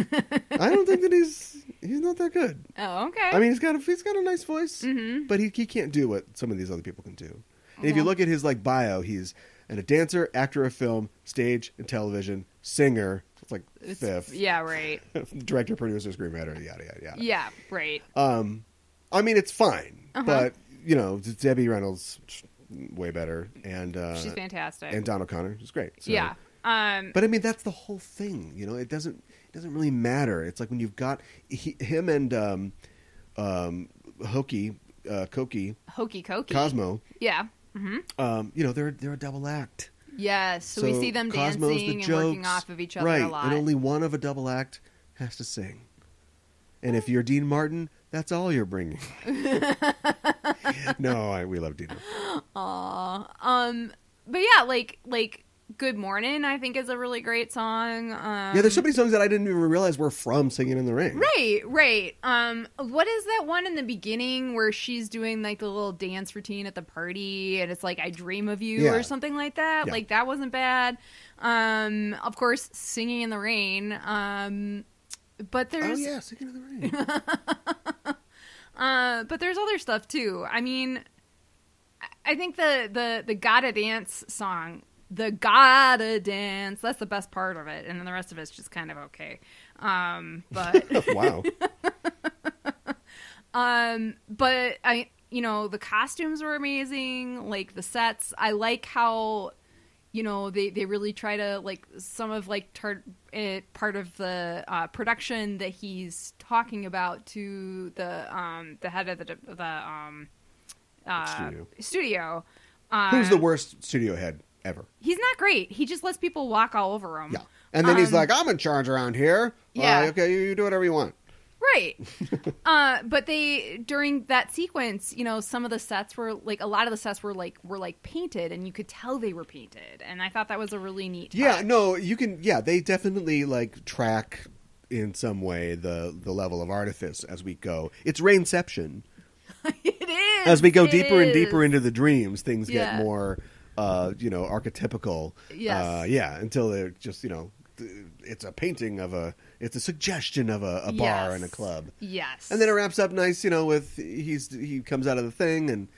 S1: I don't think that he's he's not that good.
S2: Oh, okay.
S1: I mean, he's got a, he's got a nice voice,
S2: Mhm.
S1: but he he can't do what some of these other people can do. And if you
S2: Yeah.
S1: look at his like bio, he's and a dancer, actor of film, stage and television, singer. It's like
S2: It's-
S1: fifth.
S2: Yeah, right.
S1: director, producer, screenwriter, yada yada yada.
S2: Yeah, right.
S1: Um, I mean, it's fine,
S2: Uh-huh.
S1: but you know, Debbie Reynolds way better, and uh,
S2: She's fantastic.
S1: and Don O'Connor is great. So.
S2: yeah. Um,
S1: But I mean, that's the whole thing. You know, it doesn't it doesn't really matter. It's like when you've got he, him and um, um, Hokey, uh, Koki,
S2: hokey cokey.
S1: Cosmo.
S2: Yeah. hmm
S1: Um, you know, they're they're a double act.
S2: Yes. So, we see them
S1: Cosmo's the
S2: dancing and working
S1: jokes.
S2: off of each other
S1: right,
S2: a lot.
S1: And only one of a double act has to sing. And if you're Dean Martin, that's all you're bringing. no, I, we love Dean. Martin.
S2: Aw. Um but yeah, like like Good Morning I think is a really great song. Um
S1: yeah, there's so many songs that I didn't even realize were from Singing in the Rain.
S2: Right, right. Um what is that one in the beginning where she's doing like the little dance routine at the party and it's like I dream of you
S1: Yeah.
S2: or something like that?
S1: Yeah.
S2: Like that wasn't bad. Um of course Singing in the Rain. Um but
S1: Oh
S2: there's
S1: yeah, Singing in the Rain.
S2: Uh, but there's other stuff too. I mean, I- I think the the the gotta dance song, the gotta dance. That's the best part of it, and then the rest of it's just kind of okay. Um, but
S1: Oh, wow.
S2: um, but I you know the costumes were amazing. Like the sets, I like how you know they they really try to like some of like tar- it, part of the uh, production that he's talking about to the um the head of the de- the um uh,
S1: Studio.
S2: studio. Uh,
S1: Who's the worst studio head ever?
S2: He's not great. He just lets people walk all over him.
S1: Yeah. And then he's
S2: Um,
S1: like, "I'm in charge around here."
S2: Yeah.
S1: Like, okay, you, you do whatever you want.
S2: Right. uh, but they during that sequence, you know, some of the sets were like a lot of the sets were like were like painted, and you could tell they were painted, and I thought that was a really neat.
S1: Yeah,
S2: touch.
S1: no, you can. Yeah, they definitely like track in some way the the level of artifice as we go. It's rainception
S2: it is.
S1: as we go
S2: It
S1: deeper and deeper
S2: is.
S1: into the dreams. Things
S2: Yeah.
S1: get more, uh, you know, archetypical.
S2: Yes.
S1: Uh, yeah, until they're just you know, th- it's a painting of a, it's a suggestion of a, a bar
S2: Yes.
S1: and a club.
S2: Yes.
S1: And then it wraps up nice, you know, with he's he comes out of the thing and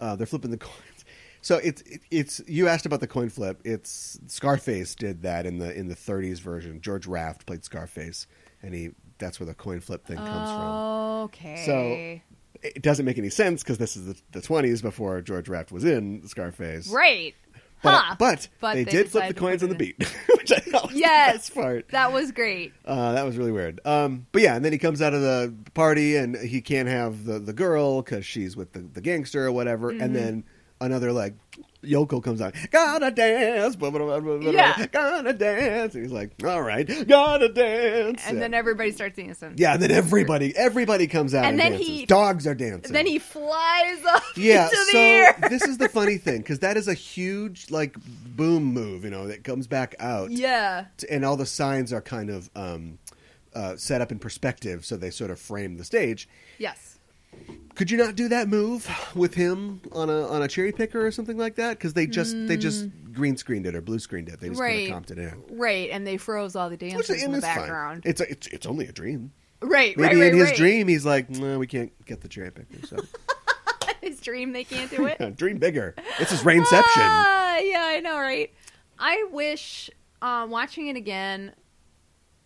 S1: uh, they're flipping the coins. So it's it's you asked about the coin flip. It's Scarface did that in the in the 30s version. George Raft played Scarface, and he that's where the coin flip thing comes from.
S2: Oh, Okay.
S1: It doesn't make any sense because this is the, the 20s before George Raft was in Scarface.
S2: Right.
S1: But
S2: Huh.
S1: but,
S2: But
S1: they,
S2: they
S1: did flip
S2: decided
S1: the
S2: to
S1: coins on
S2: put
S1: the
S2: it
S1: beat, which I thought was
S2: Yes.
S1: the best part.
S2: That was great.
S1: Uh, that was really weird. Um, but yeah, and then he comes out of the party and he can't have the, the girl because she's with the, the gangster or whatever.
S2: Mm-hmm.
S1: And then another like Yoko comes out, gotta dance, blah, blah, blah, blah, blah,
S2: Yeah.
S1: gotta dance. And he's like, all right, gotta dance.
S2: And then everybody starts dancing.
S1: yeah, and then everybody everybody comes out and,
S2: And then
S1: dances.
S2: he-
S1: dogs are dancing.
S2: Then he flies up
S1: yeah,
S2: into the
S1: so
S2: air.
S1: this is the funny thing because that is a huge like boom move, you know, that comes back out
S2: Yeah.
S1: and all the signs are kind of um, uh, set up in perspective, so they sort of frame the stage.
S2: Yes.
S1: Could you not do that move with him on a on a cherry picker or something like that? Because they just they just green screened it or blue screened it. They just
S2: Mm. Right.
S1: kind of comped it in.
S2: Right, and they froze all the
S1: Which
S2: dancers
S1: is
S2: in the
S1: it's fine.
S2: background.
S1: It's, it's it's only a dream.
S2: Right,
S1: Maybe
S2: right, right,
S1: in his
S2: right.
S1: dream he's like, no, we can't get the cherry picker. So
S2: his dream, they can't do it.
S1: Yeah, dream bigger. This is Rainception.
S2: Ah, yeah, I know, right? I wish um, watching it again,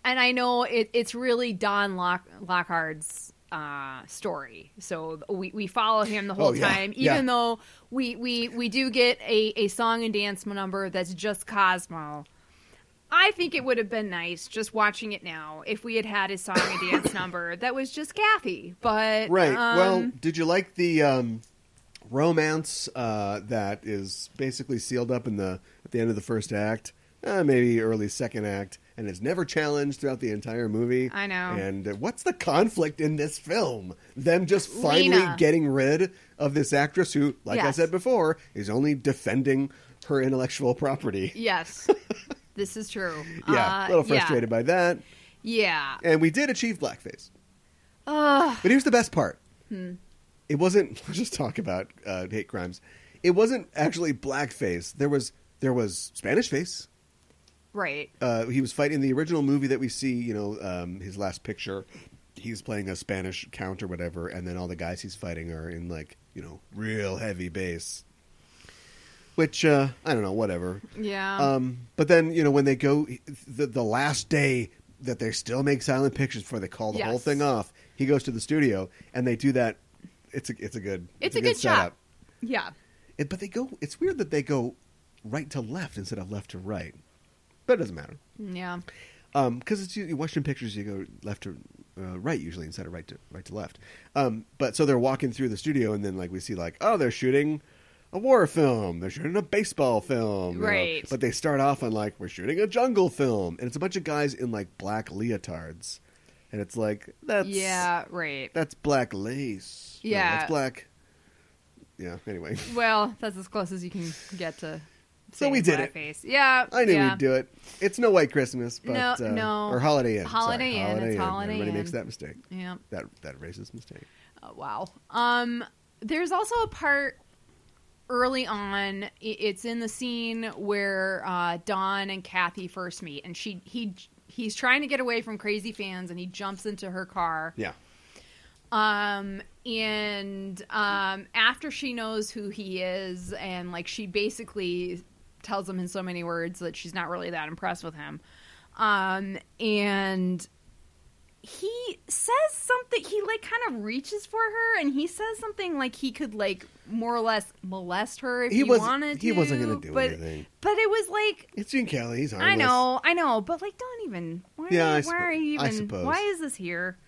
S2: and I know it, it's really Don Lock, Lockhart's uh, story. So we, we follow him the whole
S1: Oh, yeah,
S2: time, even
S1: yeah.
S2: though we, we, we do get a, a song and dance number that's just Cosmo. I think it would have been nice just watching it now if we had had a song and dance number that was just Kathy. But
S1: Right. well,
S2: um,
S1: did you like the um, romance uh, that is basically sealed up in the at the end of the first act, uh, maybe early second act, and is never challenged throughout the entire movie?
S2: I know.
S1: And uh, what's the conflict in this film? Them just finally
S2: Lena.
S1: getting rid of this actress who, like I
S2: Yes.
S1: said before, is only defending her intellectual property.
S2: yes, this is true.
S1: Yeah,
S2: Uh,
S1: a little frustrated by that.
S2: Yeah.
S1: And we did achieve blackface.
S2: Ugh. Hmm.
S1: But here's the best part. It wasn't. Let's just talk about uh, hate crimes. It wasn't actually blackface. There was there was Spanish face.
S2: Right.
S1: Uh, he was fighting in the original movie that we see. You know, um, his last picture. He's playing a Spanish count or whatever, and then all the guys he's fighting are in like you know real heavy bass. Which uh, I don't know. Whatever.
S2: Yeah.
S1: Um, but then you know when they go the, the last day that they still make silent pictures before they call the
S2: Yes.
S1: whole thing off. He goes to the studio and they do that. It's a it's a good
S2: it's, a good, shot.
S1: setup.
S2: Yeah.
S1: It, but they go. It's weird that they go right to left instead of left to right. But it doesn't matter
S2: Yeah.
S1: because Um, it's you Western pictures. You go left to uh, right usually instead of right to right to left. Um, but so they're walking through the studio, and then like we see like oh they're shooting a war film, they're shooting a baseball film, you know.
S2: Right.
S1: But they start off on like we're shooting a jungle film, and it's a bunch of guys in like black leotards, and it's like that's
S2: Yeah. Right.
S1: that's black lace, No,
S2: Yeah.
S1: that's black. Yeah. Anyway,
S2: Well, that's as close as you can get to.
S1: So we
S2: saying
S1: did it.
S2: blackface. Yeah.
S1: I knew
S2: yeah.
S1: we'd do it. It's no white Christmas, but
S2: No,
S1: uh,
S2: no.
S1: or Holiday Inn.
S2: Holiday
S1: Sorry.
S2: Inn, it's Holiday
S1: Everybody
S2: Inn.
S1: makes that mistake.
S2: Yeah.
S1: that that racist mistake.
S2: Oh, wow. Um, there's also a part early on. i- It's in the scene where uh, Don and Kathy first meet, and she he he's trying to get away from crazy fans, and he jumps into her car.
S1: Yeah.
S2: um and um after she knows who he is and like she basically tells him in so many words that she's not really that impressed with him um and he says something he like kind of reaches for her and he says something like he could like more or less molest her if
S1: He
S2: he,
S1: wasn't-
S2: wanted to
S1: he wasn't gonna do
S2: but,
S1: anything.
S2: but it was like
S1: It's Gene Kelly. He's harmless.
S2: I know, I know, but like, don't even. Why,
S1: Yeah, I
S2: why
S1: suppo-
S2: are you
S1: I
S2: even?
S1: suppose.
S2: Why is this here?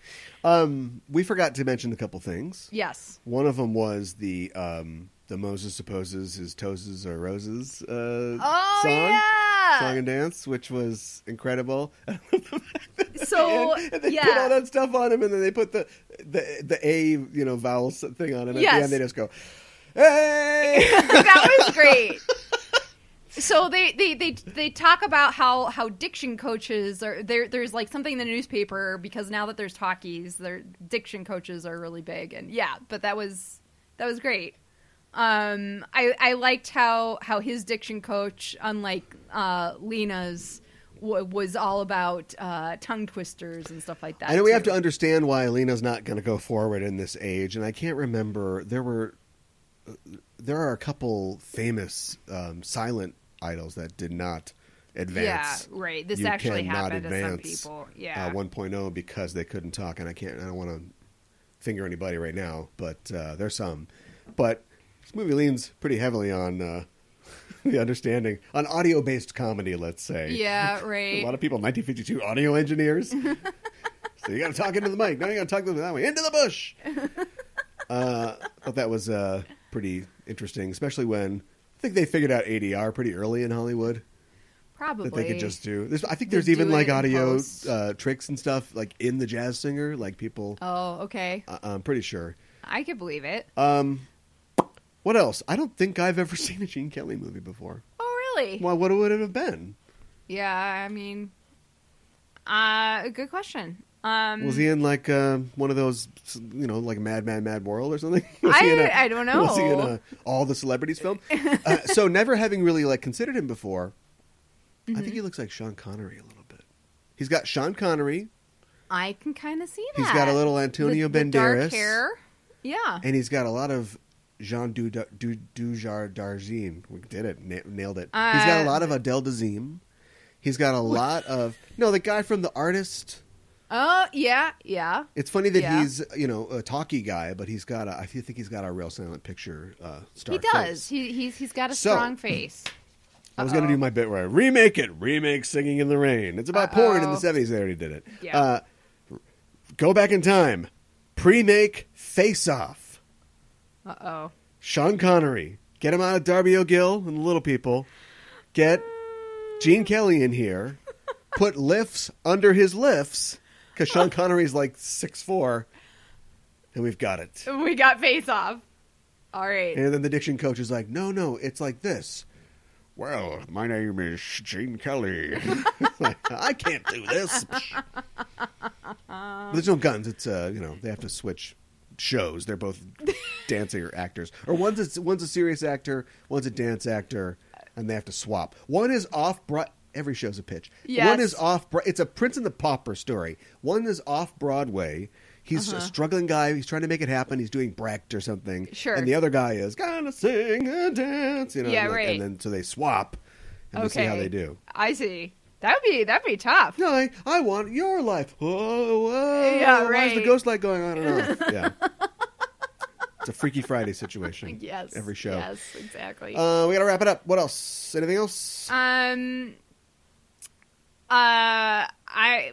S1: Um, we forgot to mention a couple things.
S2: Yes.
S1: One of them was the um, the Moses supposes his toes are roses uh,
S2: Oh
S1: song,
S2: yeah.
S1: song and dance, which was incredible.
S2: So
S1: and, and they
S2: Oh, yeah,
S1: put all that stuff on him, and then they put the the the a you know vowel s- thing on him. At the
S2: Yes.
S1: end, they just go, "Hey!"
S2: that was great. So they, they, they, they talk about how, how diction coaches are there. There's like something in the newspaper because now that there's talkies, their diction coaches are really big. And yeah, but that was that was great. Um, I I liked how how his diction coach, unlike uh, Lena's, w- was all about uh, tongue twisters and stuff like that.
S1: I know we have
S2: too.
S1: to understand why Alina's not going to go forward in this age, and I can't remember. There were there are a couple famous um, silent idols that did not advance.
S2: Yeah, right. This
S1: You
S2: actually
S1: cannot
S2: happened to
S1: advance,
S2: some people. Yeah.
S1: uh, 1.0 because they couldn't talk, and I can't. I don't want to finger anybody right now, but uh, there's some. But this movie leans pretty heavily on uh, the understanding on audio-based comedy. Let's say,
S2: yeah,
S1: a
S2: right.
S1: lot of people 1952 audio engineers. so you got to talk into the mic. Now you got to talk to them that way into the bush. uh, but that was uh, pretty interesting, especially when I think they figured out ADR pretty early in Hollywood
S2: Probably.
S1: that they could just do. There's, I think
S2: They
S1: there's
S2: do
S1: even
S2: it
S1: like
S2: in
S1: audio
S2: post.
S1: uh, tricks and stuff like in the jazz singer. Like people,
S2: Oh, okay.
S1: I- I'm pretty sure.
S2: I could believe it.
S1: Um, what else? I don't think I've ever seen a Gene Kelly movie before.
S2: oh, really?
S1: Why? What would it have been?
S2: Yeah, I mean, uh, good question. Um,
S1: Was he in like uh, one of those, you know, like Mad Mad Mad World or something?
S2: I-
S1: I
S2: I don't
S1: Was he in
S2: know.
S1: a all the celebrities film? uh, so never having really like considered him before, I
S2: Mm-hmm.
S1: think he looks like Sean Connery a little bit. He's got Sean Connery,
S2: I can kind of see that.
S1: He's got a little Antonio
S2: the, The
S1: Banderas.
S2: dark hair. Yeah.
S1: and he's got a lot of Jean du du Dujar Darzine. We did it, Na- nailed it. he's got a
S2: Uh,
S1: lot of Adele Dazeem. He's got a lot of no, the guy from the artist.
S2: Oh, yeah, yeah.
S1: It's funny that
S2: Yeah.
S1: he's you know a talky guy, but he's got a. I think he's got a real silent picture uh, star.
S2: he
S1: face.
S2: does. He, Oh. he's he's got a
S1: So-
S2: strong face.
S1: I was going to
S2: Uh-oh.
S1: do my bit where I remake it, remake "Singing in the Rain." It's about porn in the
S2: Uh-oh.
S1: seventies. They already did it.
S2: Yeah.
S1: Uh, go back in time, pre-make Face Off.
S2: Uh oh.
S1: Sean Connery, get him out of Darby O'Gill and the Little People. Get Gene Kelly in here. Put lifts under his lifts because Sean Connery's like six four, and we've got it.
S2: We got face off. All right.
S1: And then the diction coach is like, no, no, it's like this. Well, my name is Gene Kelly. Like, I can't do this. There's no guns. It's uh, you know, they have to switch shows. They're both dancing or actors, or one's a, one's a serious actor, one's a dance actor, and they have to swap. One is off. Broad. Every show's a pitch. One
S2: Yes.
S1: is off. Bro- It's a Prince and the Pauper story. One is off Broadway. He's
S2: Uh-huh.
S1: a struggling guy. He's trying to make it happen. He's doing Brecht or something.
S2: Sure.
S1: And the other guy is gonna sing and dance. You know.
S2: Yeah,
S1: and, like-
S2: right.
S1: And then so they swap. And we'll see how
S2: Okay.
S1: they do.
S2: I see. That would be that'd be tough.
S1: No, I, I want your life. Whoa, whoa.
S2: Yeah,
S1: Why is the
S2: right.
S1: ghost light going on and on? Yeah. it's a Freaky Friday situation.
S2: Yes.
S1: Every show.
S2: Yes, exactly.
S1: Uh, we got to wrap it up. What else? Anything else?
S2: um. Uh, I.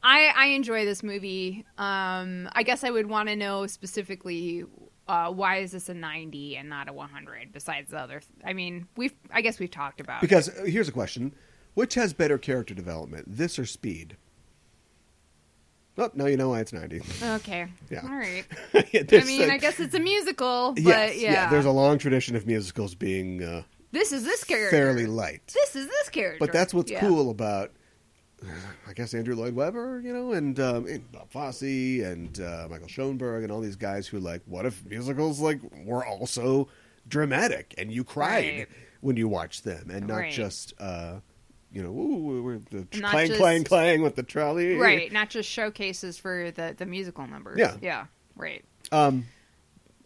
S2: I, I enjoy this movie. Um, I guess I would want to know specifically uh, why is this a ninety and not a one hundred? Besides the other, I mean, we've I guess we've talked about it.
S1: because uh, here's a question Which has better character development, this or speed? Oh, now you know why it's 90.
S2: Okay.
S1: Yeah.
S2: All right.
S1: Yeah,
S2: I
S1: there's
S2: mean,
S1: a-
S2: I guess it's a musical, but
S1: yes,
S2: yeah.
S1: There's a long tradition of musicals being uh,
S2: this is this character.
S1: fairly light.
S2: This is this character.
S1: But that's what's
S2: Yeah.
S1: cool about, I guess Andrew Lloyd Webber, you know, and, um, and Bob Fosse and uh, Michael Schoenberg and all these guys who like, what if musicals like were also dramatic and you cried
S2: Right.
S1: when you watched them and not
S2: Right.
S1: just, uh, you know, ooh, we're the
S2: Not
S1: clang,
S2: just-
S1: clang, clang with the trolley,
S2: Right, not just showcases for the the musical numbers.
S1: Yeah.
S2: Yeah. Right.
S1: Um,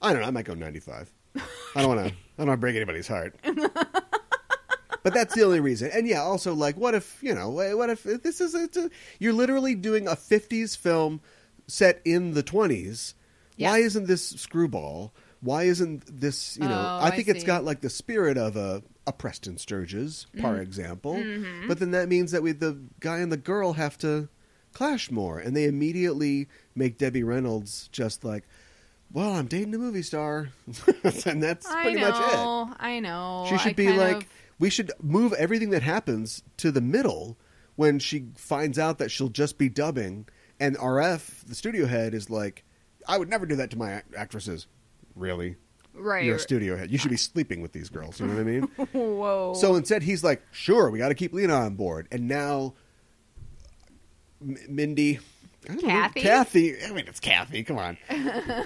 S1: I don't know. I might go 95. I don't want to. I don't want to break anybody's heart. but that's the only reason. And yeah, also like, what if you know? What if this is a, you're literally doing a 50s film set in the 20s? Why
S2: Yeah.
S1: isn't this screwball? Why isn't this? You know,
S2: Oh,
S1: I
S2: I
S1: think it's
S2: see.
S1: got like the spirit of a. A Preston Sturges,
S2: Mm-hmm.
S1: par example, but then that means that we the guy and the girl have to clash more, and they immediately make Debbie Reynolds just like, well, I'm dating a movie star, and that's
S2: I
S1: pretty much
S2: know. I know.
S1: it. She should
S2: I
S1: be
S2: kind
S1: like,
S2: of-
S1: we should move everything that happens to the middle when she finds out that she'll just be dubbing. And RF, the studio head, is like, I would never do that to my act- actresses. Really,
S2: right.
S1: you're a studio head. You should be sleeping with these girls. You know what I mean?
S2: Whoa.
S1: So instead, he's like, "Sure, we got to keep Lena on board." And now, M- Mindy, I don't know,
S2: Kathy?
S1: Kathy. I mean, it's Kathy. Come on,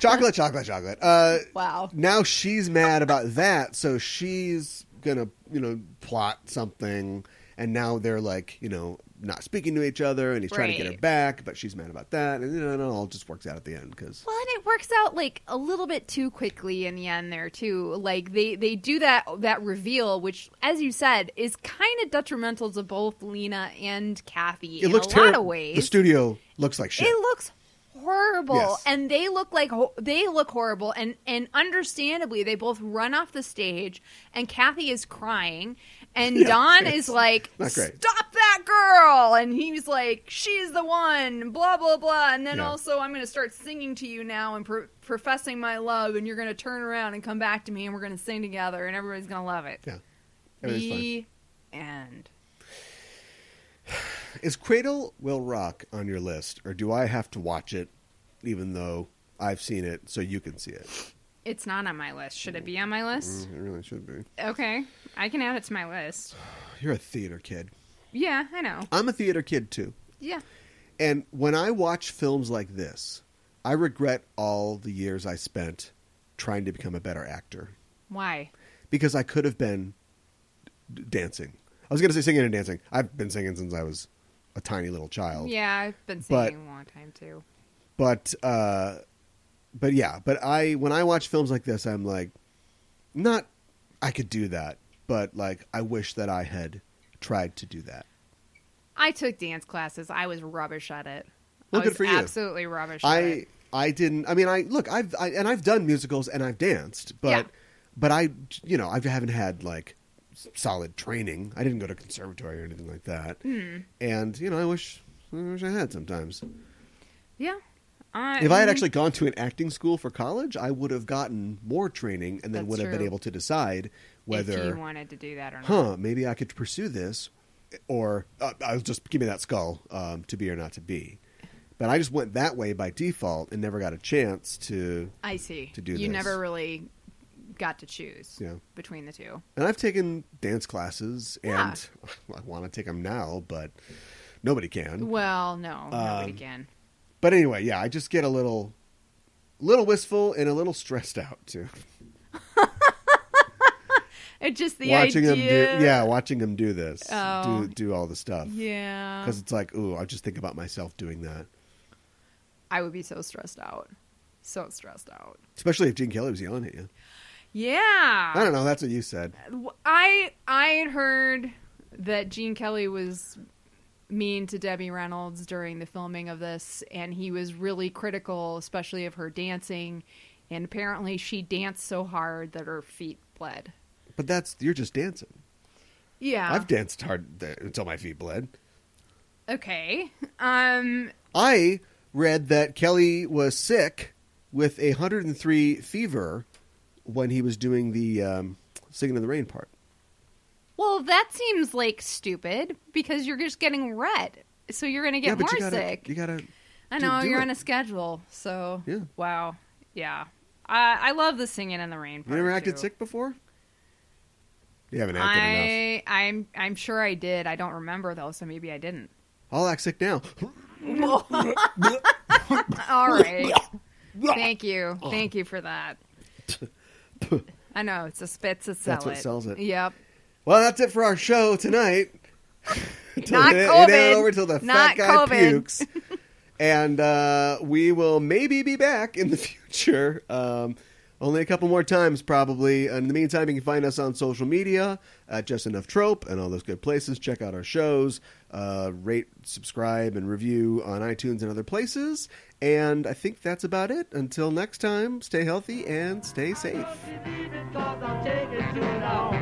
S1: chocolate, chocolate, chocolate. Uh,
S2: wow.
S1: now she's mad about that, so she's gonna, you know, plot something. And now they're like, you know, not speaking to each other, and he's trying to get her
S2: Right.
S1: back, but she's mad about that, and you know, it all just works out at the end because
S2: Well, and it works out like a little bit too quickly in the end there too. Like they they do that that reveal, which, as you said, is kind of detrimental to both Lena and Kathy
S1: it
S2: in
S1: looks
S2: a lot
S1: terrible.
S2: of
S1: The
S2: ways.
S1: studio looks like shit.
S2: It looks horrible,
S1: Yes.
S2: and they look like ho- they look horrible, and and understandably, they both run off the stage, and Kathy is crying. And Don is like,
S1: not great.
S2: "Stop that girl!" And he's like, "She's the one." Blah blah blah. And then
S1: Yeah.
S2: also, I'm going to start singing to you now and pro- professing my love, and you're going to turn around and come back to me, and we're going to sing together, and everybody's going to love it.
S1: Yeah. Everything's fine.
S2: the end.
S1: Is Cradle Will Rock on your list, or do I have to watch it, even though I've seen it, so you can see it?
S2: It's not on my list. Should it be on my list?
S1: Mm, It really should be.
S2: Okay, I can add it to my list.
S1: You're a theater kid.
S2: Yeah, I know.
S1: I'm a theater kid too.
S2: Yeah.
S1: And when I watch films like this, I regret all the years I spent trying to become a better actor
S2: Why?
S1: because I could have been d- dancing. I was going to say singing and dancing. I've been singing since I was a tiny little child.
S2: Yeah, I've been
S1: But-
S2: singing a long time too.
S1: but uh but yeah but i when i watch films like this i'm like not i could do that but like i wish that i had tried to do that
S2: I took dance classes. I was rubbish at it.
S1: Well,
S2: I
S1: good
S2: was
S1: for you.
S2: Absolutely rubbish. at
S1: i
S2: it.
S1: i didn't i mean i look i've I, and i've done musicals and i've danced but
S2: Yeah.
S1: but i you know i haven't had like s- solid training i didn't go to conservatory or anything like that and you know i wish i wish i had sometimes
S2: Yeah. I,
S1: If I had actually gone to an acting school for college, I would have gotten more training and then
S2: That's
S1: would have been
S2: true.
S1: able to decide
S2: if
S1: whether,
S2: you wanted to do that or not,
S1: huh, maybe I could pursue this or uh, I'll just give me that skull um, to be or not to be. But I just went that way by default and never got a chance to.
S2: I see.
S1: to do
S2: you
S1: this.
S2: never really got to choose
S1: Yeah.
S2: between the two.
S1: And I've taken dance classes
S2: Yeah.
S1: and I want to take them now, but nobody can.
S2: Well, no, nobody
S1: Um,
S2: can.
S1: But anyway, yeah, I just get a little, little wistful and a little stressed out too.
S2: It's just the
S1: watching
S2: idea.
S1: them do yeah watching them do this
S2: Oh.
S1: do do all the stuff
S2: Yeah.
S1: because it's like ooh i just think about myself doing that
S2: I would be so stressed out. So stressed out.
S1: especially if gene kelly was yelling at you
S2: Yeah.
S1: i don't know that's what you said
S2: Uh, I I had heard that Gene Kelly was mean to Debbie Reynolds during the filming of this, and he was really critical, especially of her dancing. And apparently, she danced so hard that her feet bled.
S1: but that's you're just dancing
S2: Yeah.
S1: i've danced hard th- until my feet bled
S2: okay. Um.
S1: i read that kelly was sick with a 103 fever when he was doing the um, singing in the rain part
S2: Well, that seems like stupid because you're just getting red, so you're gonna get more
S1: you gotta
S2: sick.
S1: you gotta
S2: I
S1: do-
S2: know
S1: do
S2: you're
S1: it.
S2: on a schedule, so
S1: Yeah.
S2: wow, yeah. I I love the singing in the rain.
S1: you never
S2: part,
S1: acted
S2: too.
S1: sick before you haven't acted enough
S2: I I'm I'm sure I did. I don't remember though, so maybe I didn't.
S1: i'll act sick now
S2: All right. Thank you. Thank you for that. I know it's a spits that sells
S1: That's what sells it.
S2: Yep.
S1: Well, that's it for our show tonight. Till
S2: Not
S1: it- it
S2: COVID.
S1: ain't over till the fat
S2: Not
S1: guy
S2: COVID.
S1: pukes. and uh, we will maybe be back in the future. Um, only a couple more times, probably. And in the meantime, you can find us on social media at Just Enough Trope and all those good places. Check out our shows, uh, rate, subscribe, and review on iTunes and other places. And I think that's about it. Until next time, stay healthy and stay safe.
S3: because I'm taking too long.